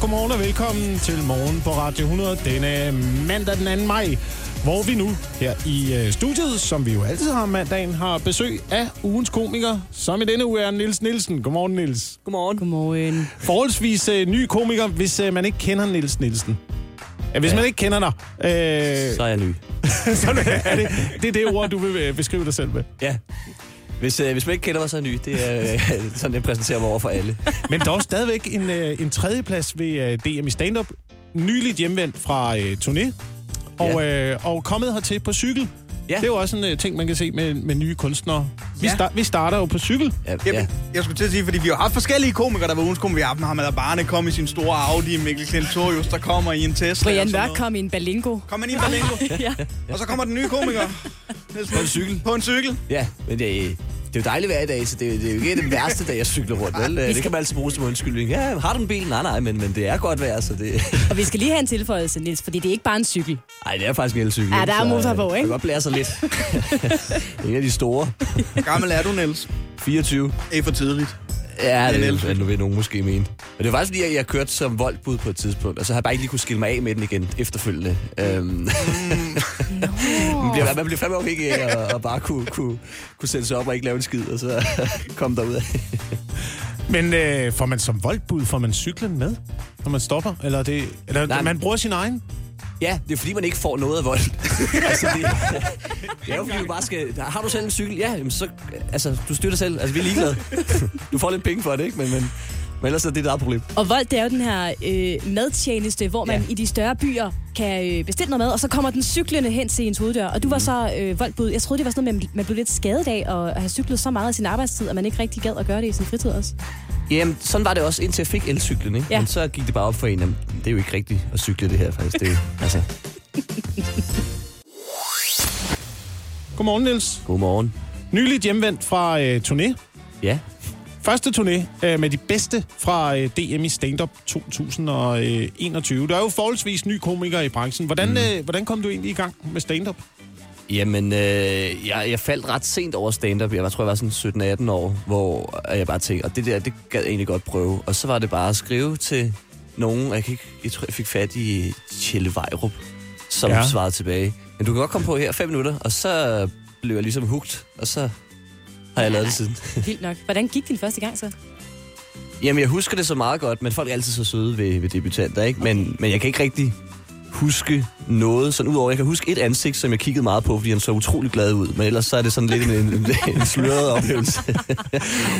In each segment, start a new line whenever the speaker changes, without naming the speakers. Godmorgen og velkommen til Morgen på Radio 100 denne mandag den 2. maj, hvor vi nu her i øh, studiet, som vi jo altid har om mandagen, har besøg af ugens komiker, som i denne uge er Nils Nielsen. Godmorgen, Nils.
Godmorgen.
Godmorgen.
Forholdsvis øh, ny komiker, hvis øh, man ikke kender Nils Nielsen. Ja, hvis ja. man ikke kender dig, øh,
Så er jeg ny.
så er det, det er det ord, du vil øh, beskrive dig selv med.
Ja. Hvis, øh, hvis man ikke kender mig, så er jeg ny. Det er øh, sådan, jeg præsenterer mig over for alle.
Men dog stadigvæk en, øh, en tredjeplads ved øh, DM i stand-up. Nyligt hjemvendt fra øh, turné. Og, øh, og kommet hertil på cykel. Ja.
Ja.
Det er jo også en øh, ting, man kan se med, med nye kunstnere. Vi, ja.
Ja.
star- vi starter jo på cykel.
Ja,
Jamen,
ja.
ja. jeg skulle til at sige, fordi vi har haft forskellige komikere, der var ugens komikere. Vi har haft Mohamed Abane kom i sin store Audi, Mikkel Klintorius, der kommer i en Tesla. og
Brian
sådan
Mørk
noget.
kom i en balingo.
Kom han ind på Lingo,
ja.
og så kommer den nye komiker. På en cykel. På en cykel.
ja. men det, øh, det er jo dejligt hver dag, så det, det er jo ikke den værste dag, jeg cykler rundt. Vel? Øh, Det kan man altid bruge som undskyldning. Ja, har du en bil? Nej, nej, men, men det er godt vejr, så det...
Og vi skal lige have en tilføjelse, Nils, fordi det er ikke bare en cykel.
Ej, det er faktisk en elcykel.
Ja, der er
så, øh,
motor på,
Man
ikke?
kan godt blære sig lidt. en af de store.
Hvor gammel er du, Niels?
24.
Ikke for tidligt.
Ja,
En
det
elcykel.
er nu vil nogen måske mene. Men det var faktisk fordi, at jeg kørte som voldbud på et tidspunkt, og så har jeg bare ikke lige kunne skille mig af med den igen efterfølgende. Øhm. Mm. man, bliver, man bliver fandme afhængig af at, at bare kunne, kunne, kunne sætte sig op og ikke lave en skid, og så komme derud af.
Men øh, får man som voldbud, får man cyklen med, når man stopper? Eller, er det, eller
Nej,
Nej,
men-
man bruger sin egen?
Ja, det er fordi, man ikke får noget af vold. altså, det, det er jo fordi, du bare skal... Har du selv en cykel? Ja, jamen, så... Altså, du støtter selv. Altså, vi er ligeglade. Du får lidt penge for det, ikke? Men, men, men ellers er det et eget problem.
Og vold, det er jo den her øh, madtjeneste, hvor man
Ja.
ja. i de større byer kan øh, bestille noget mad, og så kommer den cyklende hen til ens hoveddør. Og du var så øh, voldbud. Jeg troede, det var sådan noget, med, at man blev lidt skadet af at have cyklet så meget af sin arbejdstid, at man ikke rigtig gad at gøre det i sin fritid også.
Jamen, sådan var det også, indtil jeg fik elcyklen, ikke? Ja.
Ja.
Men så gik det bare op for en, at det er jo ikke rigtigt at cykle det her, faktisk. Det er, altså,
Godmorgen, Niels.
godmorgen.
Nyligt hjemvendt fra øh, turné.
Ja,
Første turné øh, med de bedste fra øh, DM i stand-up 2021. Der øh, er jo forholdsvis nye komikere i branchen. Hvordan, mm. øh, hvordan kom du egentlig i gang med stand-up?
jamen, øh, jeg, jeg faldt ret sent over stand-up. Jeg var, tror, jeg var sådan 17-18 år, hvor jeg bare tænkte, og det der, det gad jeg egentlig godt prøve. Og så var det bare at skrive til nogen, og jeg, kan ikke, jeg tror, jeg fik fat i Tjelle Vejrup, som
Ja.
ja. svarede tilbage. Men du kan godt komme på her 5 minutter, og så blev jeg ligesom hugt, og så har jeg lavet det siden.
Vildt nok. Hvordan gik din første gang så?
Jamen, jeg husker det så meget godt, men folk er altid så søde ved, ved debutanter, ikke? Men, men jeg kan ikke rigtig huske noget, sådan udover, jeg kan huske et ansigt, som jeg kiggede meget på, fordi han så utrolig glad ud, men ellers så er det sådan lidt en, en, en sløret oplevelse.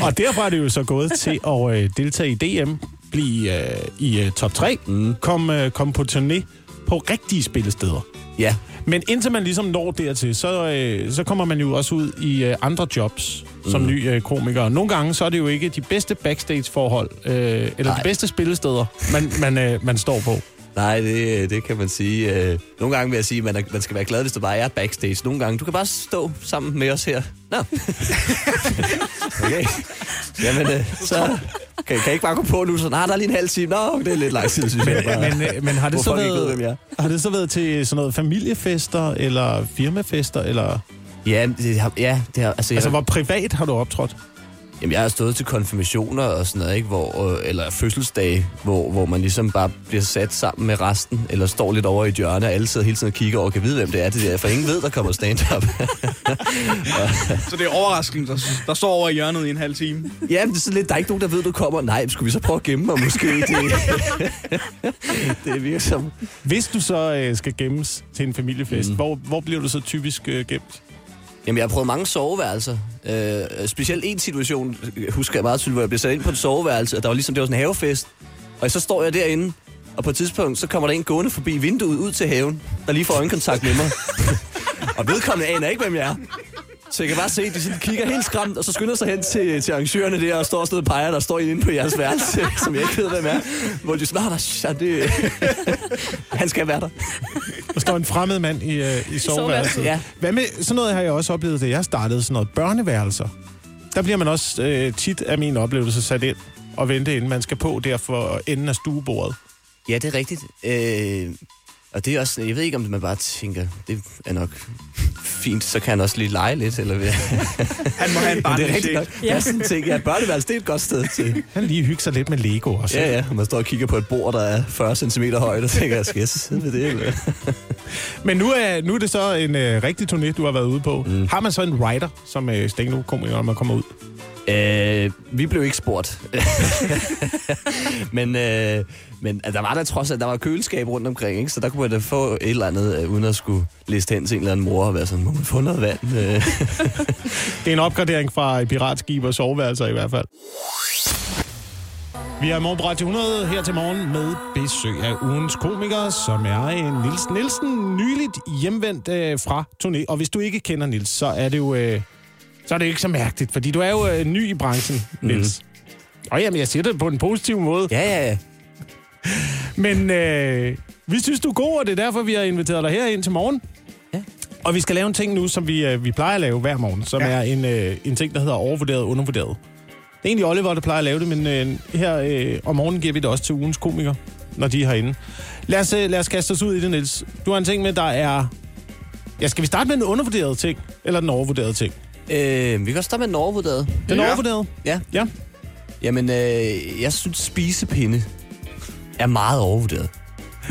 Og derfra er det jo så gået til at øh, deltage i DM, blive øh, i øh, top 3, mm. kom, øh, kom på turné på rigtige spillesteder.
Ja,
Men indtil man ligesom når dertil, så, øh, så kommer man jo også ud i øh, andre jobs som mm. ny øh, komiker. Nogle gange så er det jo ikke de bedste backstage-forhold, øh, eller Nej. de
Nej.
bedste spillesteder, man, man, øh, man står på.
nej, det, det kan man sige. øh, Nogle gange vil jeg sige, at man, er, man skal være glad, hvis der bare er backstage. Nogle gange, du kan bare stå sammen med os her. Nå. Okay. Jamen, øh, så kan, kan jeg ikke bare gå på nu, så nej, der er lige en halv time. Nå, det er lidt lang tid, synes jeg. Bare.
Men, øh, men har, det
Hvorfor
så
folk ikke ved,
været,
hvem jeg er.
har det så været til sådan noget familiefester, eller firmafester, eller...
Ja, det, har- ja, det har, altså, jeg-
Altså, hvor privat har du optrådt?
Jamen, jeg har stået til konfirmationer og sådan noget, ikke? Hvor, øh, eller fødselsdage, hvor, hvor man ligesom bare bliver sat sammen med resten, eller står lidt over i et hjørne, og alle sidder hele tiden og kigger over og kan vide, hvem det er, det der, for ingen ved, der kommer stand-up.
Så det er overraskende, der, der står over i hjørnet i en halv time.
Jamen, det er sådan lidt, der er ikke nogen, der ved, du kommer. Nej, skulle vi så prøve at gemme mig måske? Det, det virker som...
Hvis du så øh, skal gemmes til en familiefest, mm. hvor, hvor bliver du så typisk øh, gemt?
Jamen, jeg har prøvet mange soveværelser. Øh, specielt en situation, øh, husker jeg meget tydeligt, hvor jeg blev sat ind på et soveværelse, og der var ligesom, det var sådan en havefest. Og så står jeg derinde, og på et tidspunkt, så kommer der en gående forbi vinduet ud til haven, der lige får øjenkontakt med mig. og vedkommende aner ikke, hvem jeg er. Så jeg kan bare se, at de sådan kigger helt skræmt, og så skynder sig hen til, til arrangørerne der, og står sådan og peger, der står en inde på jeres værelse, som jeg ikke ved, hvem er. Hvor de sådan, "Nå, der er shit, det... Han skal være der.
Der står en fremmed mand i, øh, i soveværelset.
soveværelset.
Ja. Hvad med, sådan noget har jeg også oplevet, da jeg startede sådan noget børneværelser. Der bliver man også øh, tit af min oplevelse sat ind og vente, inden man skal på der for enden af stuebordet.
Ja, det er rigtigt. Øh, Og det er også, sådan, jeg ved ikke, om man bare tænker, det er nok fint, så kan han også lige lege lidt, eller hvad.
Han må have
Men det er
en barnlig
rigtigt nok.
chef.
Ja. Jeg sådan tænker, ja, børneværelse, det er et godt sted til.
Han lige hygge sig lidt med Lego også.
Ja, ja, man står og kigger på et bord, der er 40 cm højt, og tænker, skal jeg så sidde med det? Eller?
Men nu er, nu er det så en øh, rigtig turné, du har været ude på. Mm. Har man så en rider, som øh, stand komiker når man kommer ud?
Øh, vi blev ikke spurgt. men øh, men altså, der var der trods alt, der var køleskab rundt omkring, ikke? så der kunne man da få et eller andet, øh, uden at skulle liste hen til en eller anden mor og være sådan, må man få noget vand? Øh.
Det er en opgradering fra et piratskib og soveværelser i hvert fald. Vi er morgen på Radio 100 her til morgen med besøg af ugens komiker, som er en Nils Nielsen, nyligt hjemvendt øh, fra turné. Og hvis du ikke kender Nils, så er det jo øh, så er det jo ikke så mærkeligt, fordi du er jo øh, ny i branchen, Nils. Mm. Og jamen, jeg siger det på en positiv måde.
ja, ja, ja.
Men øh, vi synes, du er god, og det er derfor, vi har inviteret dig herind til morgen.
Ja.
Og vi skal lave en ting nu, som vi, øh, vi plejer at lave hver morgen, som ja.
Ja.
er en, øh, en ting, der hedder overvurderet og undervurderet. Det er egentlig Oliver, der plejer at lave det, men øh, her øh, om morgenen giver vi det også til ugens komikere, når de er herinde. Lad os, øh, lad os kaste os ud i det, Niels. Du har en ting med, der er... Ja, skal vi starte med den undervurderede ting, eller den overvurderede ting?
Øh, vi kan også starte med den overvurderet.
Den
Ja.
overvurderede?
Ja.
Ja.
Jamen, øh, jeg synes, spisepinde er meget overvurderet.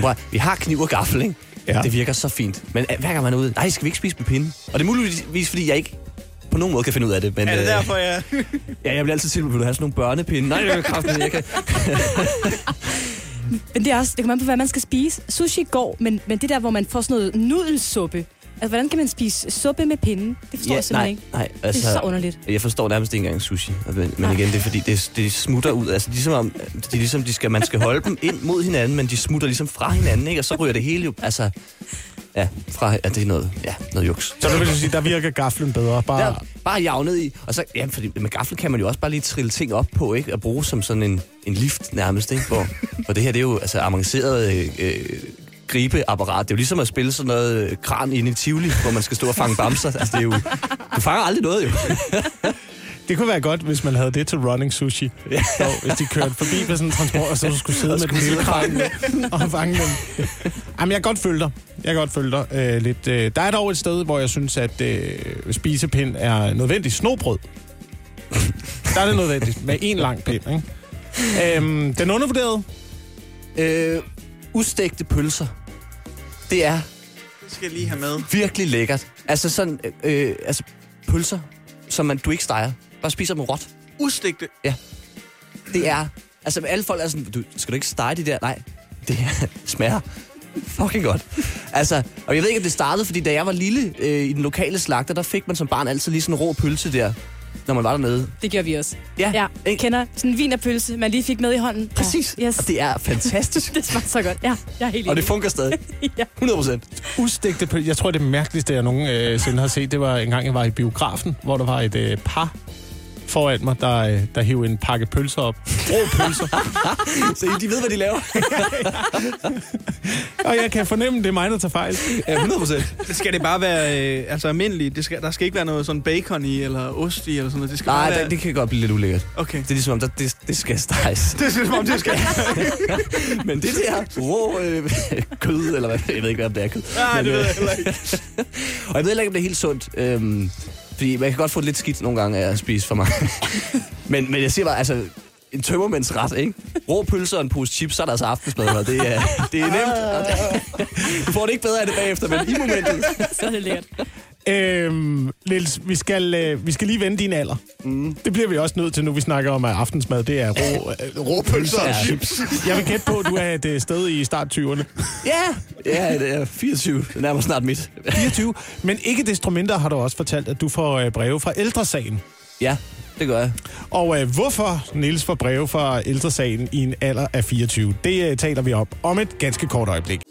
Prøv, at- vi har kniv og gaffel, ikke?
Ja.
Ja. Det virker så fint. Men øh, hver gang man er ude, nej, skal vi ikke spise med pinde? Og det er muligvis, fordi jeg ikke på nogen måde kan finde ud af det. Men,
Er det
øh,
derfor, jeg...
Ja, jeg bliver altid tilbudt, vil du have sådan nogle børnepinde? Nej, det er kraftigt, jeg kan.
Men det, er også, det kommer an på, hvad man skal spise. Sushi går, men, men det der, hvor man får sådan noget nudelsuppe. Altså, hvordan kan man spise suppe med pinden? Det
Ja,
forstår jeg
nej,
simpelthen ikke.
nej,
Det
altså,
er så underligt.
Jeg forstår nærmest ikke engang sushi. Men, men
Nej.
igen, det er fordi, det, det smutter ud. Altså, ligesom om, det er ligesom, de skal, man skal holde dem ind mod hinanden, men de smutter ligesom fra hinanden, ikke? Og så ryger det hele jo, altså... Ja, fra, ja, det er noget, ja, noget juks.
Så du vil sige, der virker gaflen bedre. Bare...
Der, bare javnet i. Og så, ja, fordi med gaffel kan man jo også bare lige trille ting op på, ikke? Og bruge som sådan en, en lift nærmest, ikke? Hvor, hvor det her, det er jo altså avanceret øh, øh, gribeapparat. Det er jo ligesom at spille sådan noget øh, kran inde i Tivoli, hvor man skal stå og fange bamser. Altså, det er jo... Du fanger aldrig noget, jo.
Det kunne være godt, hvis man havde det til running sushi. Ja. Så, hvis de kørte forbi med sådan en transport, og så du skulle sidde med den lille kran og fange dem. Jamen, jeg kan godt følge dig. Jeg kan godt følge dig øh, lidt. Øh, der er dog et sted, hvor jeg synes, at øh, spisepind er nødvendigt. Snobrød. der er det nødvendigt med en lang pind, ikke? Øhm, den undervurderede.
Øh, ustegte pølser. Det er
Det skal jeg lige have med.
virkelig lækkert. Altså sådan... Øh, øh, altså pølser, som man, du ikke steger. Bare spiser dem råt.
Ustegte.
Det er... Altså, alle folk er sådan, du, skal du ikke stege det der? Nej, det her smager fucking godt. Altså, og jeg ved ikke, om det startede, fordi da jeg var lille øh, i den lokale slagter, der fik man som barn altid lige sådan en rå pølse der, når man var dernede.
Det gjorde vi også.
Ja,
Ja, jeg
ikke?
kender sådan en vinerpølse, man lige fik med i hånden.
Præcis.
Ja, yes.
Og det er fantastisk.
Det smager så godt. Ja, jeg er helt
og det
enig.
fungerer stadig.
ja.
100 procent.
Ustegte pølser. Jeg tror, det mærkeligste, jeg nogensinde har set, det var en gang, jeg var i biografen, hvor der var et øh, par foran mig, der, øh, der hævde en pakke pølser op. Rå pølser.
Så de ved, hvad de laver.
Og jeg kan fornemme, det er mig, der tager fejl.
Ja, 100 procent.
Det skal det bare være øh, altså almindeligt. Det skal, der skal ikke være noget sådan bacon i, eller ost i, eller sådan noget. Det skal
Nej,
bare være...
det, det kan godt blive lidt ulækkert.
Okay.
Det er ligesom, om der, det, det skal steges.
Det synes man, det skal.
Men det der rå øh, kød, eller hvad, jeg ved ikke, hvad det er kød.
Nej,
Men,
det ved
øh,
jeg heller ikke.
Og jeg ved heller ikke, om det er helt sundt. Øhm, fordi man kan godt få det lidt skidt nogle gange af at spise for meget. men, men jeg siger bare, altså, en tømmermændsret, ikke? Rå pølser og en pose chips, så er der altså aftensmad, og det er, det er nemt. Og det, du får det ikke bedre af det bagefter, men i momentet.
Så er det lækkert.
Øhm, Niels, vi skal, øh, vi skal lige vende din alder. Mm. Det bliver vi også nødt til, nu vi snakker om, at aftensmad, det er rå, øh, rå pølser og
Ja.
chips. Jeg vil gætte på, at du er et øh, sted i start 20'erne.
Ja, ja, det er 24. Det er nærmest snart mit.
24. Men ikke desto mindre har du også fortalt, at du får øh, breve fra ældresagen.
Ja, det gør jeg.
Og øh, hvorfor Niels får breve fra ældresagen i en alder af 24, det øh, taler vi om om et ganske kort øjeblik.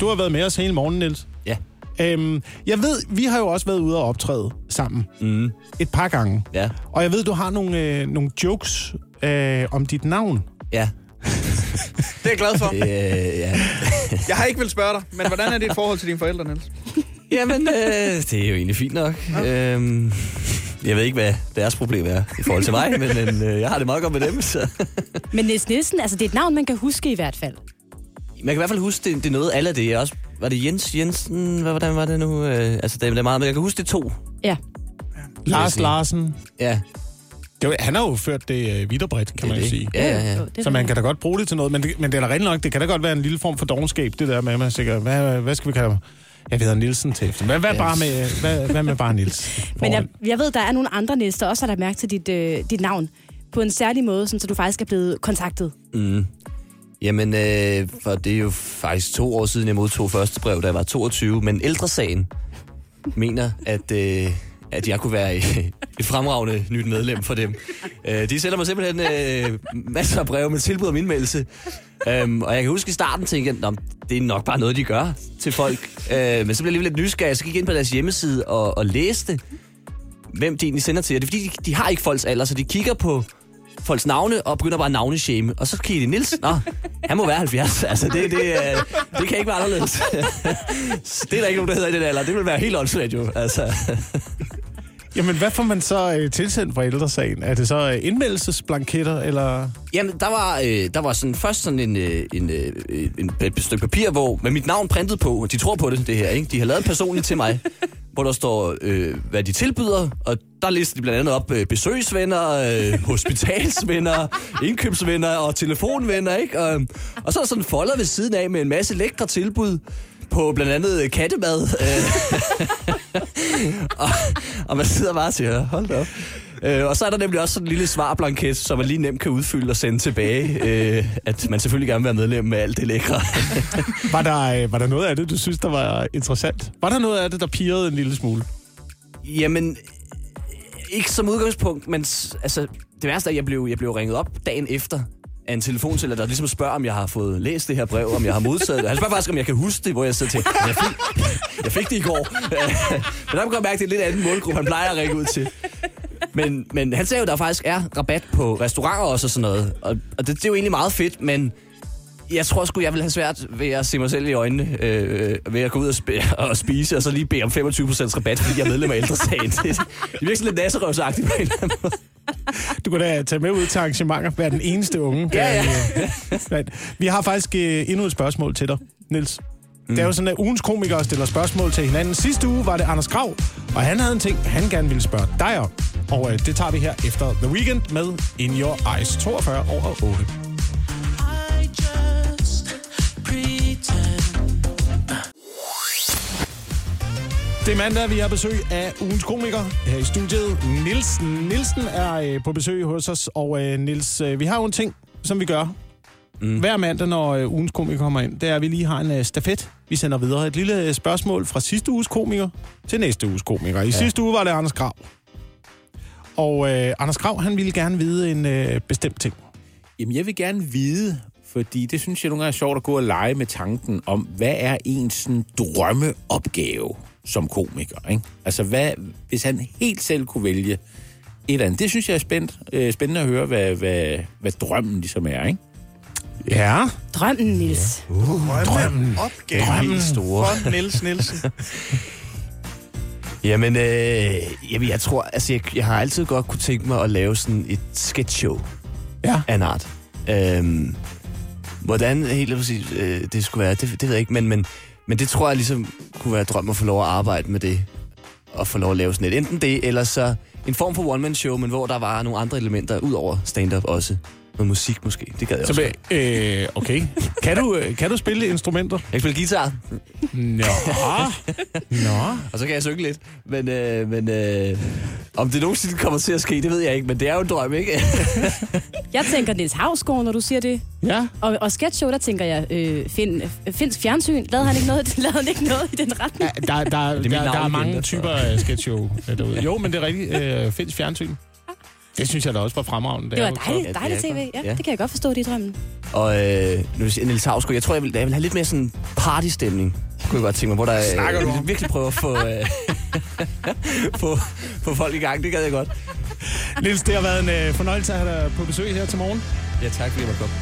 Du har været med os hele morgen, Niels.
Ja,
Øhm, jeg ved, vi har jo også været ude og optræde sammen. Mm. Et par gange.
ja,
Og jeg ved, du har nogle, øh, nogle jokes øh, om dit navn.
ja.
Det er jeg glad for.
Øh, ja.
Jeg har ikke vil spørge dig, men hvordan er dit forhold til dine forældre, Niels?
Jamen, øh, det er jo egentlig fint nok. Øhm, jeg ved ikke, hvad deres problem er i forhold til mig, men, men øh, jeg har det meget godt med dem. Så.
Men Niels Nielsen, altså det er et navn, man kan huske i hvert fald.
Men jeg kan i hvert fald huske, det, det er noget alle det. Jeg også, var det Jens Jensen? Hvad, hvordan var det nu? Øh, altså, det, det er meget, men jeg kan huske det er to.
Ja.
Lars
Læsning.
Larsen.
Ja,
Det, var- han har jo ført det øh, vidt og bredt, kan
det er
man
det.
sige.
Ja, ja,
Jo,
ja.
jo, det er
Så man
rigtigt.
kan da godt bruge det til noget, men det, men det er da rent nok, det kan da godt være en lille form for dogenskab, det der med, at man siger, hvad, hvad skal vi kalde ham? Jeg hedder Nielsen til efter. Hvad, hvad,
Ja.
bare med, hvad, hvad med bare Niels?
Men jeg, jeg ved, der er nogle andre næs, der også har lagt mærke til dit, øh, dit navn på en særlig måde, sådan, så du faktisk er blevet kontaktet.
Mm. Jamen, øh, for det er jo faktisk to år siden, jeg modtog første brev, da jeg var 22, men ældresagen mener, at, øh, at jeg kunne være øh, et fremragende nyt medlem for dem. Øh, de sender mig simpelthen øh, masser af breve med tilbud om indmeldelse. Øhm, og jeg kan huske i starten, tænkte jeg, "Nå, det er nok bare noget, de gør til folk. Øh, men så blev jeg alligevel lidt nysgerrig, så gik jeg ind på deres hjemmeside og, og læste, hvem de egentlig sender til. Og det er fordi, de, de har ikke folks alder, så de kigger på folks navne og begynder bare at navneshame. Og så kigger de, Nils, nå, han må være 70. Altså, det, det, øh, det kan ikke være anderledes. Så det er der ikke nogen, der hedder i den alder. Det vil være helt åndssvagt jo. Altså,
Jamen, hvad får man så øh, tilsendt fra ældresagen? Er det så øh, indmeldelsesblanketter, eller...
jamen, der var, øh, der var sådan, først sådan en, øh, en, øh, en, et stykke papir, hvor med mit navn printet på, og de tror på det, det her, ikke? De har lavet en personlig til mig, hvor der står, øh, hvad de tilbyder, og der lister de blandt andet op øh, besøgsvenner, øh, hospitalsvenner, indkøbsvenner og telefonvenner, ikke? Og, og så er der sådan en folder ved siden af med en masse lækre tilbud på blandt andet øh, kattemad. Øh, og, og man sidder bare og siger, hold da op. Øh, og så er der nemlig også sådan en lille svarblanket, som man lige nemt kan udfylde og sende tilbage, øh, at man selvfølgelig gerne vil være medlem med alt det lækre.
Var der, øh, var der noget af det, du synes, der var interessant? Var der noget af det, der pirrede en lille smule?
Jamen, ikke som udgangspunkt, men s- altså, det værste er, at jeg blev, jeg blev ringet op dagen efter af en telefonsælger, der ligesom spørger, om jeg har fået læst det her brev, om jeg har modtaget det. Han spørger faktisk, om jeg kan huske det, hvor jeg sidder til. Jeg fik, jeg fik det i går. men der kan man godt mærke, at det er en lidt anden målgruppe, han plejer at række ud til. Men, men han sagde jo, at der faktisk er rabat på restauranter også og sådan noget. Og, og det, det er jo egentlig meget fedt, men jeg tror sgu, jeg vil have svært ved at se mig selv i øjnene, øh, ved at gå ud og, sp- og spise, og så lige bede om 25% rabat, fordi jeg er medlem af ældresagen. Det, det virker sådan lidt nasserøvsagtigt på en eller anden måde.
Du kan da tage med ud til arrangementer, være den eneste unge. der- øh,
Ja,
Men Vi har faktisk øh, endnu et spørgsmål til dig, Nils. Mm. Det er jo sådan, at ugens komikere stiller spørgsmål til hinanden. Sidste uge var det Anders Krav, og han havde en ting, han gerne ville spørge dig om. Og øh, det tager vi her efter The Weekend med In Your Eyes 42 over 8.
I just pretend.
Det er mandag, vi har besøg af ugens komiker her i studiet. Nielsen. Nielsen er øh, på besøg hos os, og øh, Nils, øh, vi har jo en ting, som vi gør mm. hver mandag, når øh, ugens komiker kommer ind. Det er, at vi lige har en øh, stafet, vi sender videre. Et lille øh, spørgsmål fra sidste uges komiker til næste uges komiker. I ja. sidste uge var det Anders Grav. Og øh, Anders Grav, han ville gerne vide en øh, bestemt ting.
Jamen, jeg vil gerne vide, fordi det synes jeg nogle gange er sjovt at gå og lege med tanken om, hvad er ens sådan, drømmeopgave som komiker? Ikke? Altså, hvad, hvis han helt selv kunne vælge et eller andet. Det synes jeg er spændt, øh, spændende at høre, hvad, hvad, hvad drømmen ligesom er. Ikke?
Ja.
Drømmen, Nils. Ja.
Drømmen. Opgave.
Drømmen.
store.
For Niels Nielsen.
Jamen, øh, jamen, jeg tror, altså, jeg, jeg har altid godt kunne tænke mig at lave sådan et sketchshow
Ja.
af en art. Øhm, hvordan helt præcis øh, det skulle være, det, det ved jeg ikke, men, men, men det tror jeg ligesom kunne være drøm at få lov at arbejde med det, og få lov at lave sådan et. Enten det, eller så en form for one-man-show, men hvor der var nogle andre elementer ud over stand-up også. Noget musik måske, det gad jeg
Så,
også. godt.
øh, okay. Kan du, øh, kan du spille instrumenter?
Jeg kan spille guitar,
Nå. Nå.
og så kan jeg synge lidt, men, øh, men øh, om det nogensinde kommer til at ske, det ved jeg ikke, men det er jo en drøm, ikke?
Jeg tænker Nils Havsgaard, når du siger det.
Ja.
Og, og sketchshow, der tænker jeg, øh, find, øh, finsk fjernsyn, lavede han ikke noget, lavede han ikke noget i den retning?
Der, der, der,
mit
der,
navn
der er
igen,
mange
derfor.
typer af sketchshow øh, derude. Jo, men det er rigtigt. Øh, findes fjernsyn. Det synes jeg da også var fremragende. da
Det var
jeg
Ja,
dejligt,
det er
dejligt tv.
godt.
Ja,
Ja.
det kan jeg godt forstå, det er drømmen.
Og øh, nu siger Niels Havsgaard, jeg tror, jeg vil, jeg vil have lidt mere sådan partystemning, kunne jeg godt tænke mig, hvor der øh,
Snakker
jeg
du
vil
om?
virkelig prøve at få, øh, få, få folk i gang. Det gad jeg godt.
vokset op. Niels, det har været en øh, fornøjelse at have dig på besøg her til morgen.
Ja, tak fordi jeg måtte komme.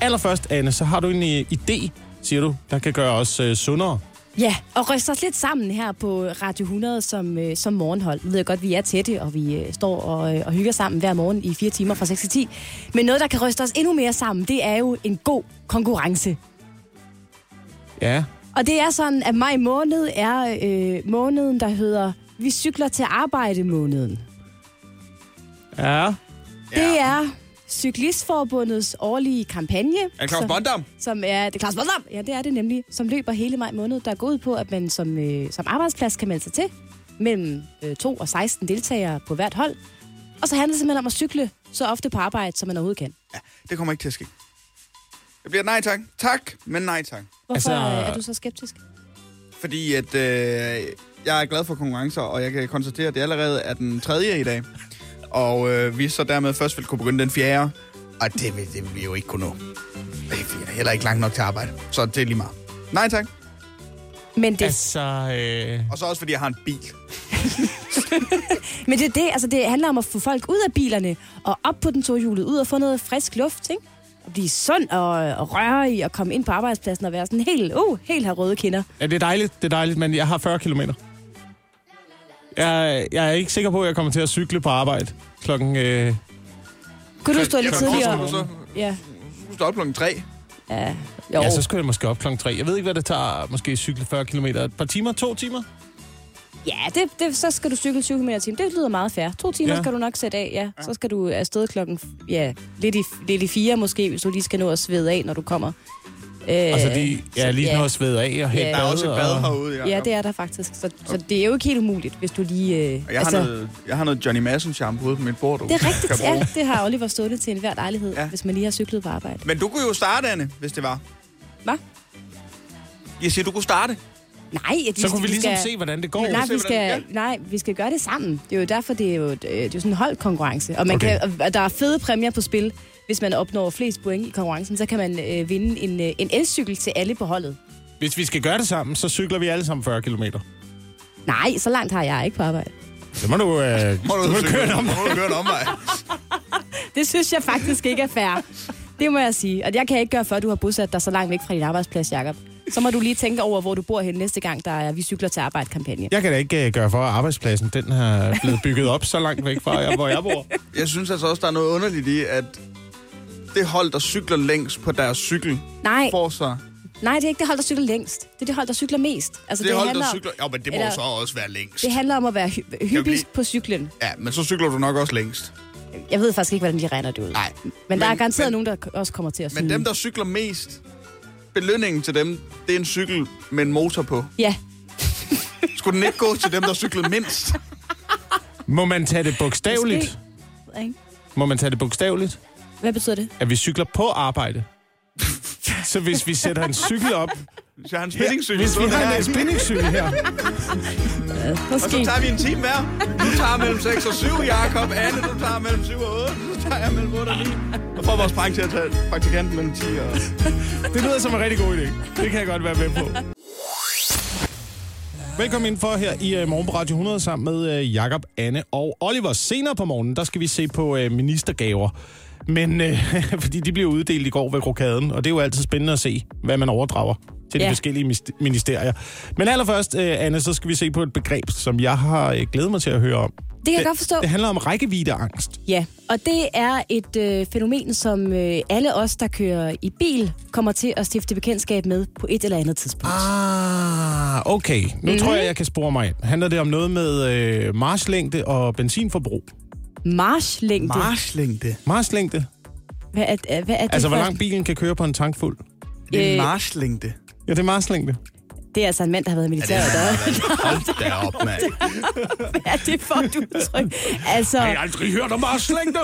Allerførst, Anne, så har du en øh, idé, siger du, der kan gøre os øh, sundere.
Ja, og ryster os lidt sammen her på Radio 100 som, øh, som morgenhold. Nu ved jeg godt, vi er tætte, og vi øh, står og, øh, og hygger sammen hver morgen i fire timer fra 6 til 10. Men noget, der kan ryste os endnu mere sammen, det er jo en god konkurrence.
Ja.
Og det er sådan, at maj måned er øh, måneden, der hedder Vi cykler til arbejde måneden.
Ja.
Ja. Det er Cyklistforbundets årlige kampagne.
Er Claus
som-
Bondam?
som er, det er Claus Voldam, ja det er det nemlig, som løber hele maj måned, der går ud på, at man som, øh, som arbejdsplads kan melde sig til mellem øh, 2 og 16 deltagere på hvert hold. Og så handler det simpelthen om at cykle så ofte på arbejde, som man overhovedet kan.
Ja, det kommer ikke til at ske. Det bliver et nej tak. Tak, men nej tak.
Hvorfor
Altså-
altså... er du så skeptisk?
Fordi at, øh, jeg er glad for konkurrencer, og jeg kan konstatere, at det allerede er den tredje i dag. Og øh, vi så dermed først vil kunne begynde den fjerde. Og det vil, det vil vi jo ikke kunne nå. Ej, for Jeg er heller ikke langt nok til arbejde. Så det er lige meget. Nej tak.
Men det, altså...
Altså, øh...
Og så også fordi jeg har en bil.
men det, er det, altså, det handler om at få folk ud af bilerne og op på den tohjulet, ud og få noget frisk luft, ikke? At blive sund og, og røre i og komme ind på arbejdspladsen og være sådan helt, uh, helt har røde kinder.
Ja, det er dejligt, det er dejligt, men jeg har 40 km. Jeg, jeg er ikke sikker på, at jeg kommer til at cykle på arbejde klokken... Øh...
Kunne du stå lidt
Jamen,
tidligere?
hvorfor skulle
Ja.
Du står op klokken tre.
ja. Jo.
Ja, så skal jeg måske op klokken 3. Jeg ved ikke, hvad det tager, måske at cykle 40 km. Et par timer, to timer?
Ja, det, det, så skal du cykle 20 km i timen. Det lyder meget fair. To timer
Ja.
ja. skal du nok sætte af, ja. Så skal du afsted klokken ja, lidt, i, lidt i fire måske, hvis du lige skal nå at svede af, når du kommer. Øh,
Altså, de, jeg er lige
ja.
ja. noget svedet af og helt
Ja.
Der er også et bad herude.
Ja, det er der faktisk. Så, så det er jo ikke helt umuligt, hvis du lige... Øh,
Og jeg, har noget, jeg har noget Johnny Madsen shampoo ude på mit bord. du
det er
kan
rigtigt,
bruge.
ja. Det har Oliver stået til enhver dejlighed,
Ja.
ja. hvis man lige har cyklet på arbejde.
Men du kunne jo starte, Anne, hvis det var.
Hvad?
Jeg siger, du kunne starte.
Nej, at vi,
Så kunne vi
vi
ligesom
skal,
se, hvordan det går.
Nej,
se,
vi
hvordan
skal, nej, vi skal gøre det sammen. Det er jo derfor, det er jo, et, øh, det er jo sådan en holdkonkurrence. Og, man
Okay.
okay. kan, og der er fede præmier på spil. Hvis man opnår flest point i konkurrencen, så kan man øh, vinde en, øh, en elcykel til alle på holdet.
Hvis vi skal gøre det sammen, så cykler vi alle sammen 40 km.
Nej, så langt har jeg ikke på arbejde.
Så må du, øh, så
Må
må du
cykle?
køre en
Må du køre en omvej.
Det synes jeg faktisk ikke er fair. Det må jeg sige. Og jeg kan ikke gøre, før du har bosat dig så langt væk fra din arbejdsplads, Jacob. Så må du lige tænke over, hvor du bor hen næste gang, der er Vi Cykler til Arbejde-kampagne.
Jeg kan da ikke øh, gøre for, at arbejdspladsen den har blevet bygget op så langt væk fra, jeg, hvor jeg bor.
Jeg synes altså også, der er noget underligt i, at det hold, der cykler længst på deres cykel,
Nej,
får sig...
nej, det er ikke det hold, der cykler længst. Det er det hold, der cykler mest. Altså,
Det, det hold,
handler
der
om-
cykler... Jo, men det må
Eller-
jo så også være længst.
Det handler om at være hy- hyppigst på cyklen.
Ja, men så cykler du nok også længst.
Jeg ved faktisk ikke, hvordan de regner det ud.
Nej.
Men der er
Men-
garanteret
men-
nogen, der også kommer til at snyde.
Men dem, der cykler mest, belønningen til dem, det er en cykel med en motor på.
Ja,
Skulle den ikke gå til dem, der cyklede mindst?
Må man tage det bogstaveligt?
Måske. Ikke?
Må man tage det bogstaveligt?
Hvad betyder det?
At vi cykler på arbejde? Så hvis vi sætter en cykel op...
Så jeg har en spinningcykel.
Hvis vi
stående
har en
herinde.
spinningcykel her...
Og
Måske.
så tager vi en time hver. Du tager mellem 6 og 7, Jakob. Anne, du tager mellem 7 og 8. Så tager jeg mellem 8 og 9. Og får vores prank til at tage praktikanten mellem 10 og...
Det lyder som en rigtig god idé. Det kan jeg godt være med på. Velkommen indenfor her i øh, Morgen på Radio 100 sammen med øh, Jakob, Anne og Oliver. Senere på morgenen, der skal vi se på øh, ministergaver. Men øh, fordi de blev uddelt i går ved krokaden, og det er jo altid spændende at se, hvad man overdrager til de
Ja.
forskellige mis- ministerier. Men allerførst, øh, Anne, så skal vi se på et begreb, som jeg har øh, glædet mig til at høre om.
Det kan jeg godt forstå.
Det handler om rækkeviddeangst.
Ja, og det er et øh, fænomen, som øh, alle os, der kører i bil, kommer til at stifte bekendtskab med på et eller andet tidspunkt.
Ah, okay. Nu mm. tror jeg, jeg kan spore mig ind. Handler det om noget med øh, marslængde og benzinforbrug?
Marschlængde.
Marslængde.
Marslængde?
Hvad er, øh, hvad er det
Altså, hvor
for-
langt bilen kan køre på en tankfuld?
Det er
Øh.
marslængde.
Ja, det er marslængde.
Det er altså en mand, der har været i militæret. Ja,
Hold da op, mand.
det er det for et udtryk? Altså,
aldrig hørt om marslængde!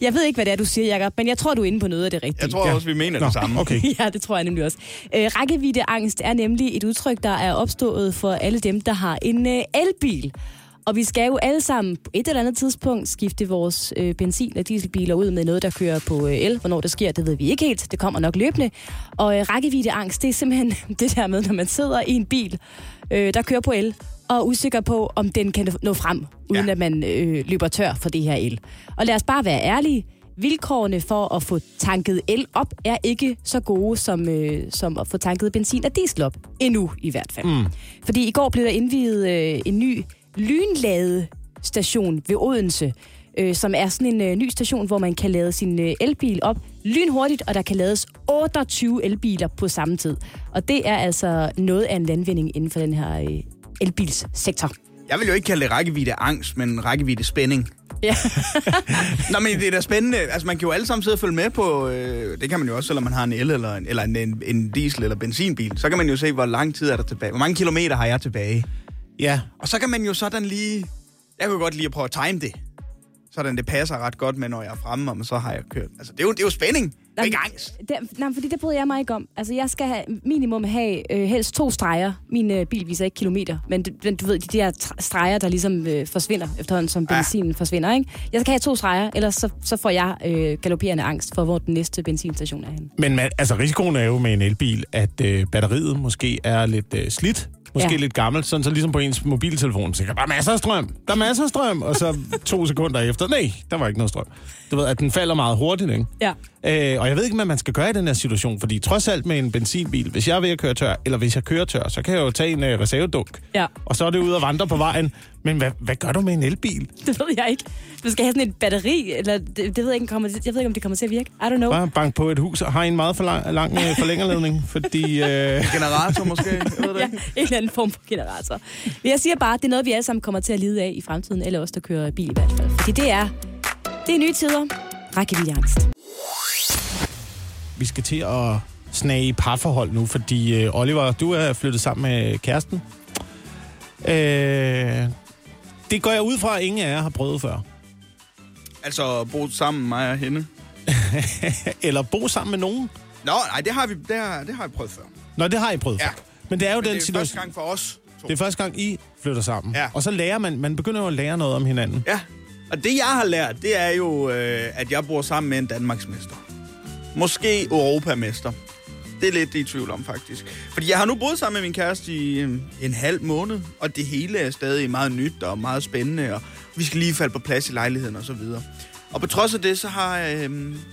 jeg ved ikke, hvad det er, du siger, Jacob, men jeg tror, du er inde på noget af det rigtige.
Jeg tror også, vi mener det samme.
okay.
Ja, det tror jeg nemlig også. Øh, rækkeviddeangst er nemlig et udtryk, der er opstået for alle dem, der har en øh, elbil. Og vi skal jo alle sammen på et eller andet tidspunkt skifte vores øh, benzin- og dieselbiler ud med noget, der kører på øh, el. Hvornår det sker, det ved vi ikke helt. Det kommer nok løbende. Og øh, rækkeviddeangst, det er simpelthen det der med, når man sidder i en bil, øh, der kører på el, og er usikker på, om den kan nå frem, uden
Ja.
ja. at man øh, løber tør for det her el. Og lad os bare være ærlige. vilkårene for at få tanket el op er ikke så gode som, øh, som at få tanket benzin og diesel op. Endnu i hvert fald. Mm. Fordi i går blev der indviet øh, en ny lynladestation ved Odense, øh, som er sådan en øh, ny station, hvor man kan lade sin øh, elbil op lynhurtigt, og der kan lades 28 elbiler på samme tid. Og det er altså noget af en landvinding inden for den her øh, elbilssektor.
Jeg vil jo ikke kalde det rækkevidde angst, men rækkevidde spænding.
Ja.
Nå, men det er da spændende. Altså, man kan jo alle sammen sidde og følge med på... Øh, det kan man jo også, selvom man har en el eller en, eller en, en, en diesel eller benzinbil. Så kan man jo se, hvor lang tid er der tilbage. Hvor mange kilometer har jeg tilbage?
Ja,
Og så kan man jo sådan lige... Jeg kunne godt lige prøve at time det. Sådan, det passer ret godt med, når jeg er fremme, og så har jeg kørt. Altså, det er jo, det er jo spænding. Det er
Nej,
ikke
men-
angst.
Der, nej, fordi det bryder jeg mig ikke om. Altså, jeg skal have, minimum have øh, helst to streger. Min øh, bil viser ikke kilometer, men, d- men du ved, de der tr- streger, der ligesom øh, forsvinder efterhånden, som
Ja.
benzinen forsvinder, ikke? Jeg skal have to streger, ellers så, så får jeg øh, galopperende angst for, hvor den næste benzinstation er henne.
men man, altså, risikoen er jo med en elbil, at øh, batteriet måske er lidt øh, slidt, måske ja.
Ja.
lidt gammelt, sådan så ligesom på ens mobiltelefon, så kan der er masser af strøm, der er masser af strøm, og så to sekunder efter, nej, der var ikke noget strøm. Du ved, at den falder meget hurtigt, ikke?
Ja.
Øh, og jeg ved ikke, hvad man skal gøre i den her situation, fordi trods alt med en benzinbil, hvis jeg er ved at køre tør, eller hvis jeg kører tør, så kan jeg jo tage en øh, reservedunk,
Ja.
og så er det ud og vandre på vejen. Men hvad, hvad gør du med en elbil?
Det ved jeg ikke. Du skal have sådan et batteri, eller det, det ved jeg ikke, om kommer, jeg ved ikke, om det kommer til at virke. I don't know.
Bare bank på et hus og har en meget for lang, lang øh, forlængerledning, fordi... Øh,
Generator måske. Jeg ved det
Ja,
ikke.
en eller anden form for generator. Men jeg siger bare, det er noget, vi alle sammen kommer til at lide af i fremtiden, eller os, der kører bil i hvert fald. Fordi det er, det er nye tider. Rækkeviddeangst.
vi skal til at snage i parforhold nu, fordi øh, Oliver, du er flyttet sammen med kæresten. Øh, det går jeg ud fra, at ingen af jer har prøvet før.
Altså, bo sammen, mig og hende.
Eller bo sammen med nogen.
Nå, nej, det har vi, det har, det har vi prøvet før. Men
Nå, det har I prøvet
Ja.
før. Men det er jo den
det er
situation...
første gang for os to.
Det er første gang, I flytter sammen.
Ja.
Og så lærer man, man begynder jo at lære noget om hinanden.
Ja, og det jeg har lært, det er jo, øh, at jeg bor sammen med en Danmarksmester. Måske Europamester. Det er lidt det er i tvivl om, faktisk. Fordi jeg har nu boet sammen med min kæreste i øh, en halv måned, og det hele er stadig meget nyt og meget spændende, og vi skal lige falde på plads i lejligheden og så videre. Og på trods af det, så har øh, jeg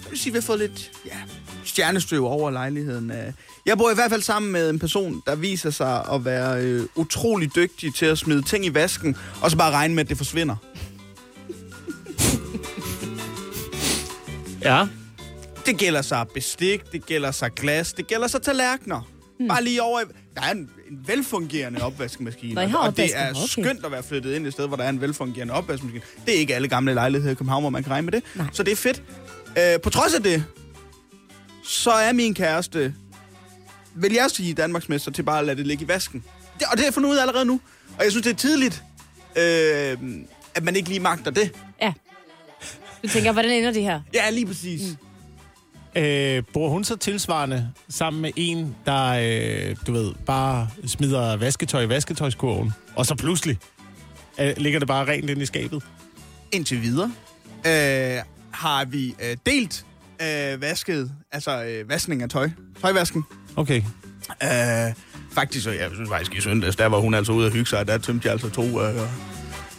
vil sige, vi har fået lidt ja, stjernestøv over lejligheden. øh. Jeg bor i hvert fald sammen med en person, der viser sig at være øh, utrolig dygtig til at smide ting i vasken, og så bare regne med, at det forsvinder.
Ja.
Det gælder sig bestik, det gælder sig glas, det gælder sig tallerkener. Mm. Bare lige over... i- Der er en, en velfungerende opvaskemaskine.
Nå, I har
og det
opvasken,
er
okay.
skønt at være flyttet ind et sted, hvor der er en velfungerende opvaskemaskine. Det er ikke alle gamle lejligheder i København, hvor man kan regne med det.
Nej.
Så det er fedt. Øh, på trods af det, så er min kæreste, vil jeg sige, Danmarksmester til bare at lade det ligge i vasken. Det, og det har jeg fundet ud af allerede nu. Og jeg synes, det er tidligt, øh, at man ikke lige magter det.
Ja. Du tænker, hvordan ender det her?
Ja, lige præcis. Mm.
Øh, bor hun så tilsvarende sammen med en, der, øh, du ved, bare smider vasketøj i vasketøjskurven, og så pludselig øh, ligger det bare rent ind i skabet?
indtil videre øh, har vi øh, delt øh, vasket, altså øh, vaskning af tøj, tøjvasken.
Okay.
Øh, faktisk, og jeg synes faktisk i søndags, der var hun altså ude at hygge sig, og der tømte jeg altså to øh,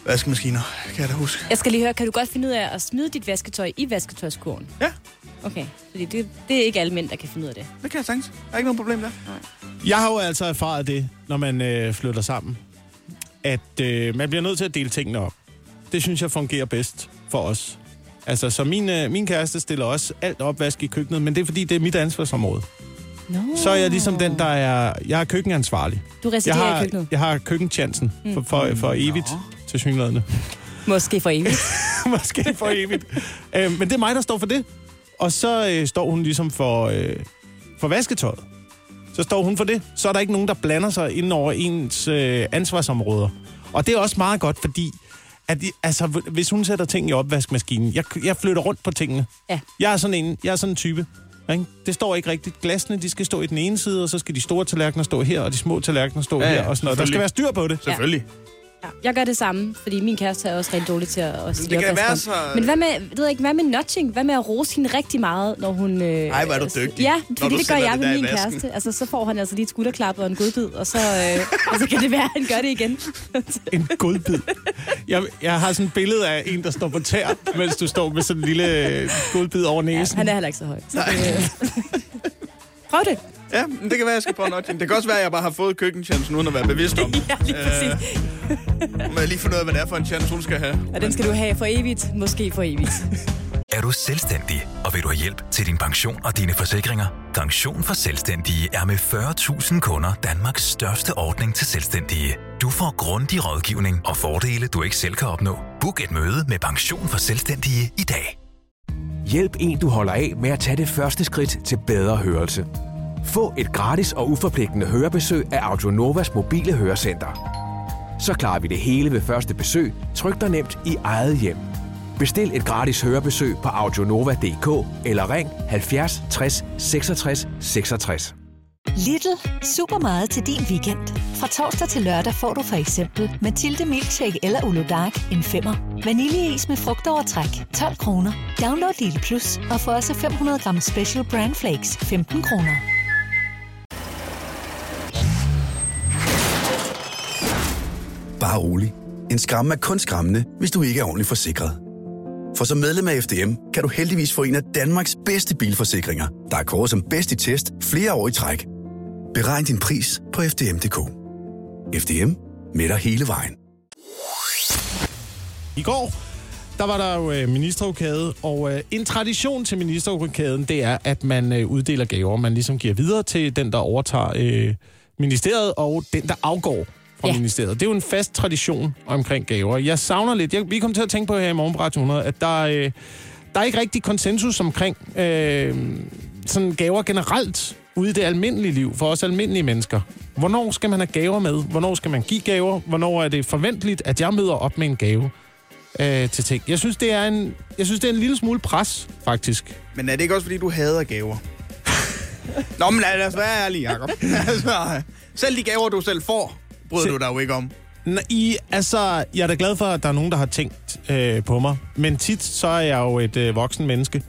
vaskemaskiner, kan jeg da huske.
Jeg skal lige høre, kan du godt finde ud af at smide dit vasketøj i vasketøjskurven?
Ja,
Okay, fordi det, det er ikke alle mænd, der kan finde ud af det.
det kan jeg sagtens. Der er ikke noget problem der.
Jeg har jo altså erfaret det, når man øh, flytter sammen, at øh, man bliver nødt til at dele tingene op. Det synes jeg fungerer bedst for os. Altså, så min, øh, min kæreste stiller også alt opvask i køkkenet, men det er fordi, det er mit ansvarsområde.
No.
Så er jeg ligesom den, der er... Jeg er køkkenansvarlig.
Du
Jeg
residerer har... i
har,
køkkenet. Mm.
jeg har køkkenchancen for, for, for evigt, til synlædende.
Måske for evigt.
Måske for evigt. øh, men det er mig, der står for det. Og så øh, står hun ligesom for, øh, for vasketøjet. Så står hun for det. Så er der ikke nogen, der blander sig inden over ens øh, ansvarsområder. Og det er også meget godt, fordi at, i- altså, hv- hvis hun sætter ting i opvaskemaskinen, jeg, jeg flytter rundt på tingene.
Ja.
Jeg er sådan en, jeg er sådan en type. Ikke? Det står ikke rigtigt. Glasene, de skal stå i den ene side, og så skal de store tallerkener stå her, og de små tallerkener stå ja,
Ja,
ja,
ja,
her, og sådan noget. Der skal
selvfølgelig.
være styr på det.
Selvfølgelig.
Ja. Jeg gør det samme, fordi min kæreste er også rent dårlig til at, at stille
kan
op
være
vaskeren.
så-
Men hvad med, ved jeg ikke, hvad med nudging? Hvad med at rose hende rigtig meget, når hun... Øh,
Ej, hvor er du dygtig,
Ja,
når du
fordi det gør
sender
jeg
det der
med
i
min
vasken.
kæreste. Altså, så får han altså lige et skulderklap og en godbid, og så, øh, og så kan det være, at han gør det igen.
En godbid. Jeg, jeg har sådan et billede af en, der står på tær, mens du står med sådan en lille øh, godbid over
ja,
næsen.
han er heller ikke så høj. Så, øh, prøv det.
Ja, men det kan være, jeg skal prøve nudging. Det kan også være, at jeg bare har fået køkkenchancen, uden at være bevidst om.
Ja, lige præcis.
Øh, Nu må jeg lige finde ud af, hvad det er for en chance, hun skal have.
Og den skal du have for evigt. Måske for evigt.
Er du selvstændig, og vil du have hjælp til din pension og dine forsikringer? Pension for Selvstændige er med 40.000 kunder Danmarks største ordning til selvstændige. Du får grundig rådgivning og fordele, du ikke selv kan opnå. Book et møde med Pension for Selvstændige i dag.
Hjælp en, du holder af med at tage det første skridt til bedre hørelse. Få et gratis og uforpligtende hørebesøg af Audionovas mobile hørecenter. Så klarer vi det hele ved første besøg, trygt og nemt i eget hjem. Bestil et gratis hørebesøg på audionova.dk eller ring 70 60 66 66.
Little. Super meget til din weekend. Fra torsdag til lørdag får du for eksempel Mathilde Milkshake eller Ulo Dark en femmer. Vaniljeis med frugtovertræk 12 kroner. Download Lille Plus og få også 500 gram Special Brand Flakes 15 kroner.
Bare rolig. En skramme er kun skræmmende, hvis du ikke er ordentligt forsikret. For som medlem af FDM kan du heldigvis få en af Danmarks bedste bilforsikringer, der er kåret som bedst i test flere år i træk. Beregn din pris på FDM.dk. FDM med dig hele vejen.
I går, der var der jo øh, ministerrokade, og øh, en tradition til ministerrokaden, det er, at man øh, uddeler gaver, man ligesom giver videre til den, der overtager øh, ministeriet, og den, der afgår fra ja.
Ja.
ministeriet. Det er jo en fast tradition omkring gaver. Jeg savner lidt, jeg, vi kom til at tænke på her i morgen på Radio 100, at der, øh, der er ikke rigtig konsensus omkring øh, sådan gaver generelt ude i det almindelige liv, for os almindelige mennesker. Hvornår skal man have gaver med? Hvornår skal man give gaver? Hvornår er det forventeligt, at jeg møder op med en gave? øh, til ting. Jeg synes, det er en, jeg synes, det er en lille smule pres, faktisk.
Men er det ikke også, fordi du hader gaver? Nå, men lad lad os være ærlige, Jacob. altså, selv de gaver, du selv får, bryder
Se-
du dig jo ikke om.
Nå, I, altså, jeg er da glad for, at der er nogen, der har tænkt øh, på mig. Men tit, så er jeg jo et øh, voksen menneske,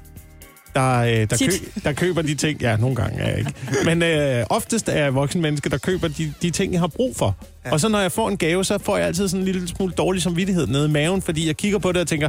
der, øh, der,
Tit.
kø, der køber de ting. Ja, nogle gange er jeg ikke. Men øh, oftest er jeg et voksen menneske, der køber de, de ting, jeg har brug for. Ja. Og så når jeg får en gave, så får jeg altid sådan en lille smule dårlig samvittighed nede i maven, fordi jeg kigger på det og tænker,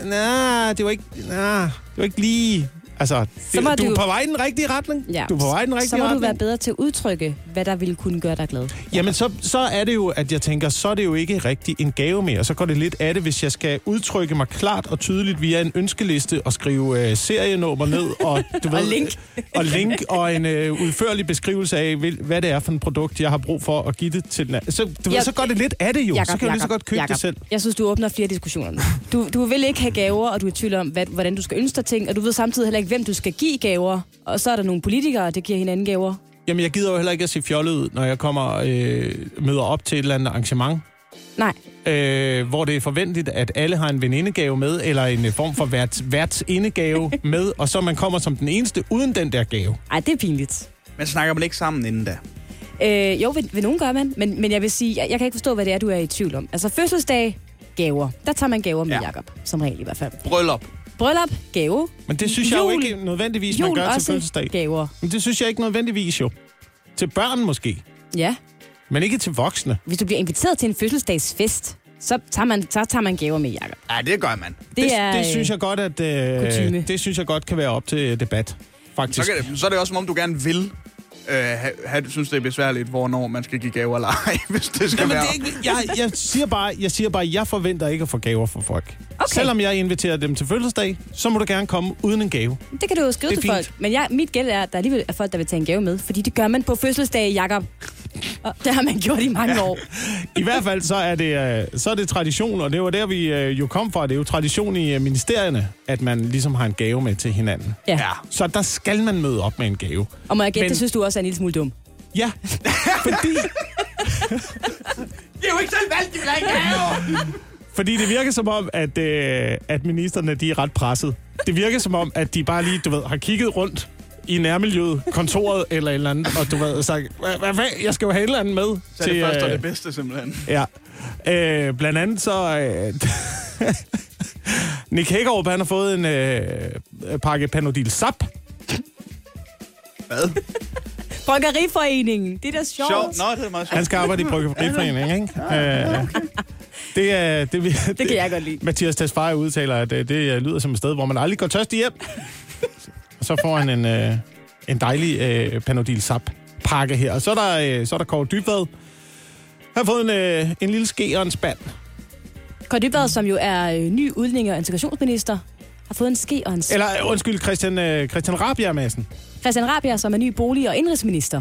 nej, det var ikke, nah, det var ikke lige... Altså, det,
må
du
du-
er på vej i den rigtige retning.
Ja.
Du er på vej i den rigtige
Så må
retning.
du være bedre til at udtrykke, hvad der ville kunne gøre dig glad.
Jamen, så, så er det jo, at jeg tænker, så er det jo ikke rigtig en gave mere. Så går det lidt af det, hvis jeg skal udtrykke mig klart og tydeligt via en ønskeliste og skrive øh, serienummer ned. Og, du ved,
Og link.
Og link og en øh, udførlig beskrivelse af, hvil- hvad det er for en produkt, jeg har brug for at give det til den anden. Så, du ved,
Jeg-
så går det lidt af det jo. så kan du lige så godt købe det selv.
Jeg synes, du åbner flere diskussioner. nu. Du, du vil ikke have gaver, og du er i tvivl om, hvad, hvordan du skal ønske dig ting, og du ved samtidig heller ikke, hvem du skal give gaver. Og så er der nogle politikere, der giver hinanden gaver.
Jamen, jeg gider jo heller ikke at se fjollet ud, når jeg kommer øh, møder op til et eller andet arrangement.
Nej,
øh, hvor det er forventeligt, at alle har en venindegave med, eller en øh, form for vært, værtsindegave med, og så man kommer som den eneste uden den der gave.
Ej, det er pinligt.
Men snakker man ikke sammen inden da?
Øh, jo, vil, vil nogen gøre man, men, men jeg vil sige, jeg, jeg kan ikke forstå, hvad det er, du er i tvivl om. Altså fødselsdag, gaver. Der tager man gaver med,
Ja.
ja. Jacob, som regel i hvert fald.
Bryllup.
Bryllup, gave.
Men det synes jeg jo
Jul.
ikke nødvendigvis, man
Jul
gør til
også
fødselsdag.
gaver.
Men det synes jeg ikke nødvendigvis jo. Til børn måske,
Ja,
men ikke til voksne.
hvis du bliver inviteret til en fødselsdagsfest, så tager man, så tager man gaver med, Jacob.
Ja, det gør man.
Det, er,
det
øh,
synes jeg godt, at
kutyme.
øh, det synes jeg godt kan være op til øh, debat.
Så,
Faktisk.
kan det, så er det også, som om du gerne vil øh, have, have, synes, det er besværligt, hvornår man skal give gaver eller ej, hvis det skal
Jamen,
være.
det er ikke, jeg, jeg, siger bare, jeg siger bare, jeg forventer ikke at få gaver fra folk. Okay. Selvom jeg inviterer dem til fødselsdag, så må du gerne komme uden en gave.
Det kan du jo skrive
Det er
til
fint.
folk. Men jeg, mit gæld er, at der alligevel er folk, der vil tage en gave med. Fordi det gør man på fødselsdag, Jakob. Og det har man gjort i mange ja. år.
I hvert fald så er det, øh, så er det tradition, og det var der, vi øh, jo kom fra. Det er jo tradition i øh, ministerierne, at man ligesom har en gave med til hinanden.
Ja.
Så der skal man møde op med en gave.
Og må jeg gætte,
Men-
det synes du også er en lille smule dum.
Ja, fordi,
Det er jo ikke selv valgt, de vil have gaver!
fordi det virker som om, at, øh, at ministerne de er ret presset. Det virker som om, at de bare lige du ved, har kigget rundt i nærmiljøet, kontoret eller et eller andet, og du ved, sagt, "Hva- hvad, hvad, jeg skal jo have et eller andet med.
Så er det første og
øh,
det bedste, simpelthen.
Ja. Øh, blandt andet så... Øh, Nick Hagerup, han har fået en øh, pakke Panodil Sap.
Hvad?
Bryggeriforeningen. Det er da sjovt.
Sjovt. Nå, det er meget sjovt.
Han skal arbejde i Bryggeriforeningen, ikke? Øh, det er... Det, vi-
Det kan jeg godt lide.
Mathias Tesfaye udtaler, at øh, det øh, lyder som et sted, hvor man aldrig går tørst hjem. Og så får han en, øh, en dejlig øh, Panodil Sap-pakke her. Og så er der, øh, så er der Kåre Dybvad. Han har fået en, øh, en lille ske og en spand.
Kåre Dybvad, som jo er øh, ny udlændinge- og integrationsminister, har fået en ske og en ske.
Eller øh, undskyld, Christian, øh, Christian Rabjerg Madsen.
Christian Rabia, som er ny bolig- og indrigsminister.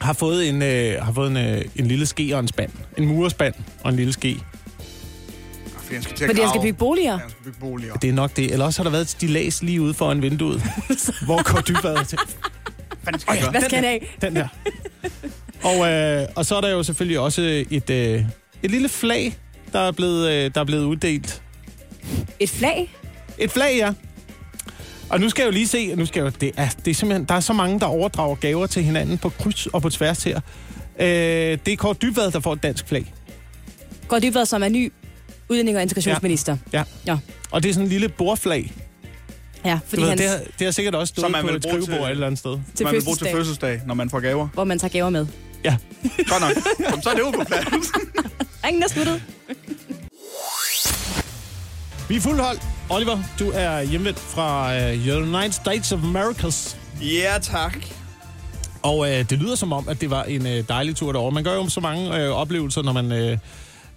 har fået en, øh, har fået en, øh, en lille ske og en spand. En murespand og en lille ske.
Fordi han skal til at
Fordi han skal
grave.
bygge boliger.
Ja, han skal bygge boliger.
Det er nok det. Eller også har der været et stilas lige ude foran vinduet, hvor går dybvad til.
Fanden skal han gøre?
Hvad skal han af?
Den der. Og, øh, og så er der jo selvfølgelig også et, øh, et lille flag, der er, blevet, øh, der er blevet uddelt.
Et flag?
Et flag, ja. Og nu skal jeg jo lige se, nu skal jeg jo, det er, det er simpelthen, der er så mange, der overdrager gaver til hinanden på kryds og på tværs her. Øh, det er Kåre Dybvad, der får et dansk flag.
Kåre Dybvad, som er ny udlændinge- og integrationsminister.
Ja.
Ja.
Og det er sådan en lille bordflag.
Ja,
Fordi
fordi
du ved,
han,
det, har, det har sikkert også
Som
stået
man
på
vil
et
bruge til-
skrivebord et eller andet sted.
til
Man vil bruge til
fødselsdag,
fødselsdag, når man får gaver.
hvor man tager gaver med.
Ja.
Godt nok. Jamen, så er det jo på plads.
Ringen er sluttet.
Vi er fuld hold. Oliver, du er hjemvendt fra uh, United States of Americas.
Ja, tak.
Og uh, det lyder som om, at det var en uh, dejlig tur derovre. Man gør jo så mange uh, oplevelser, når man... Uh,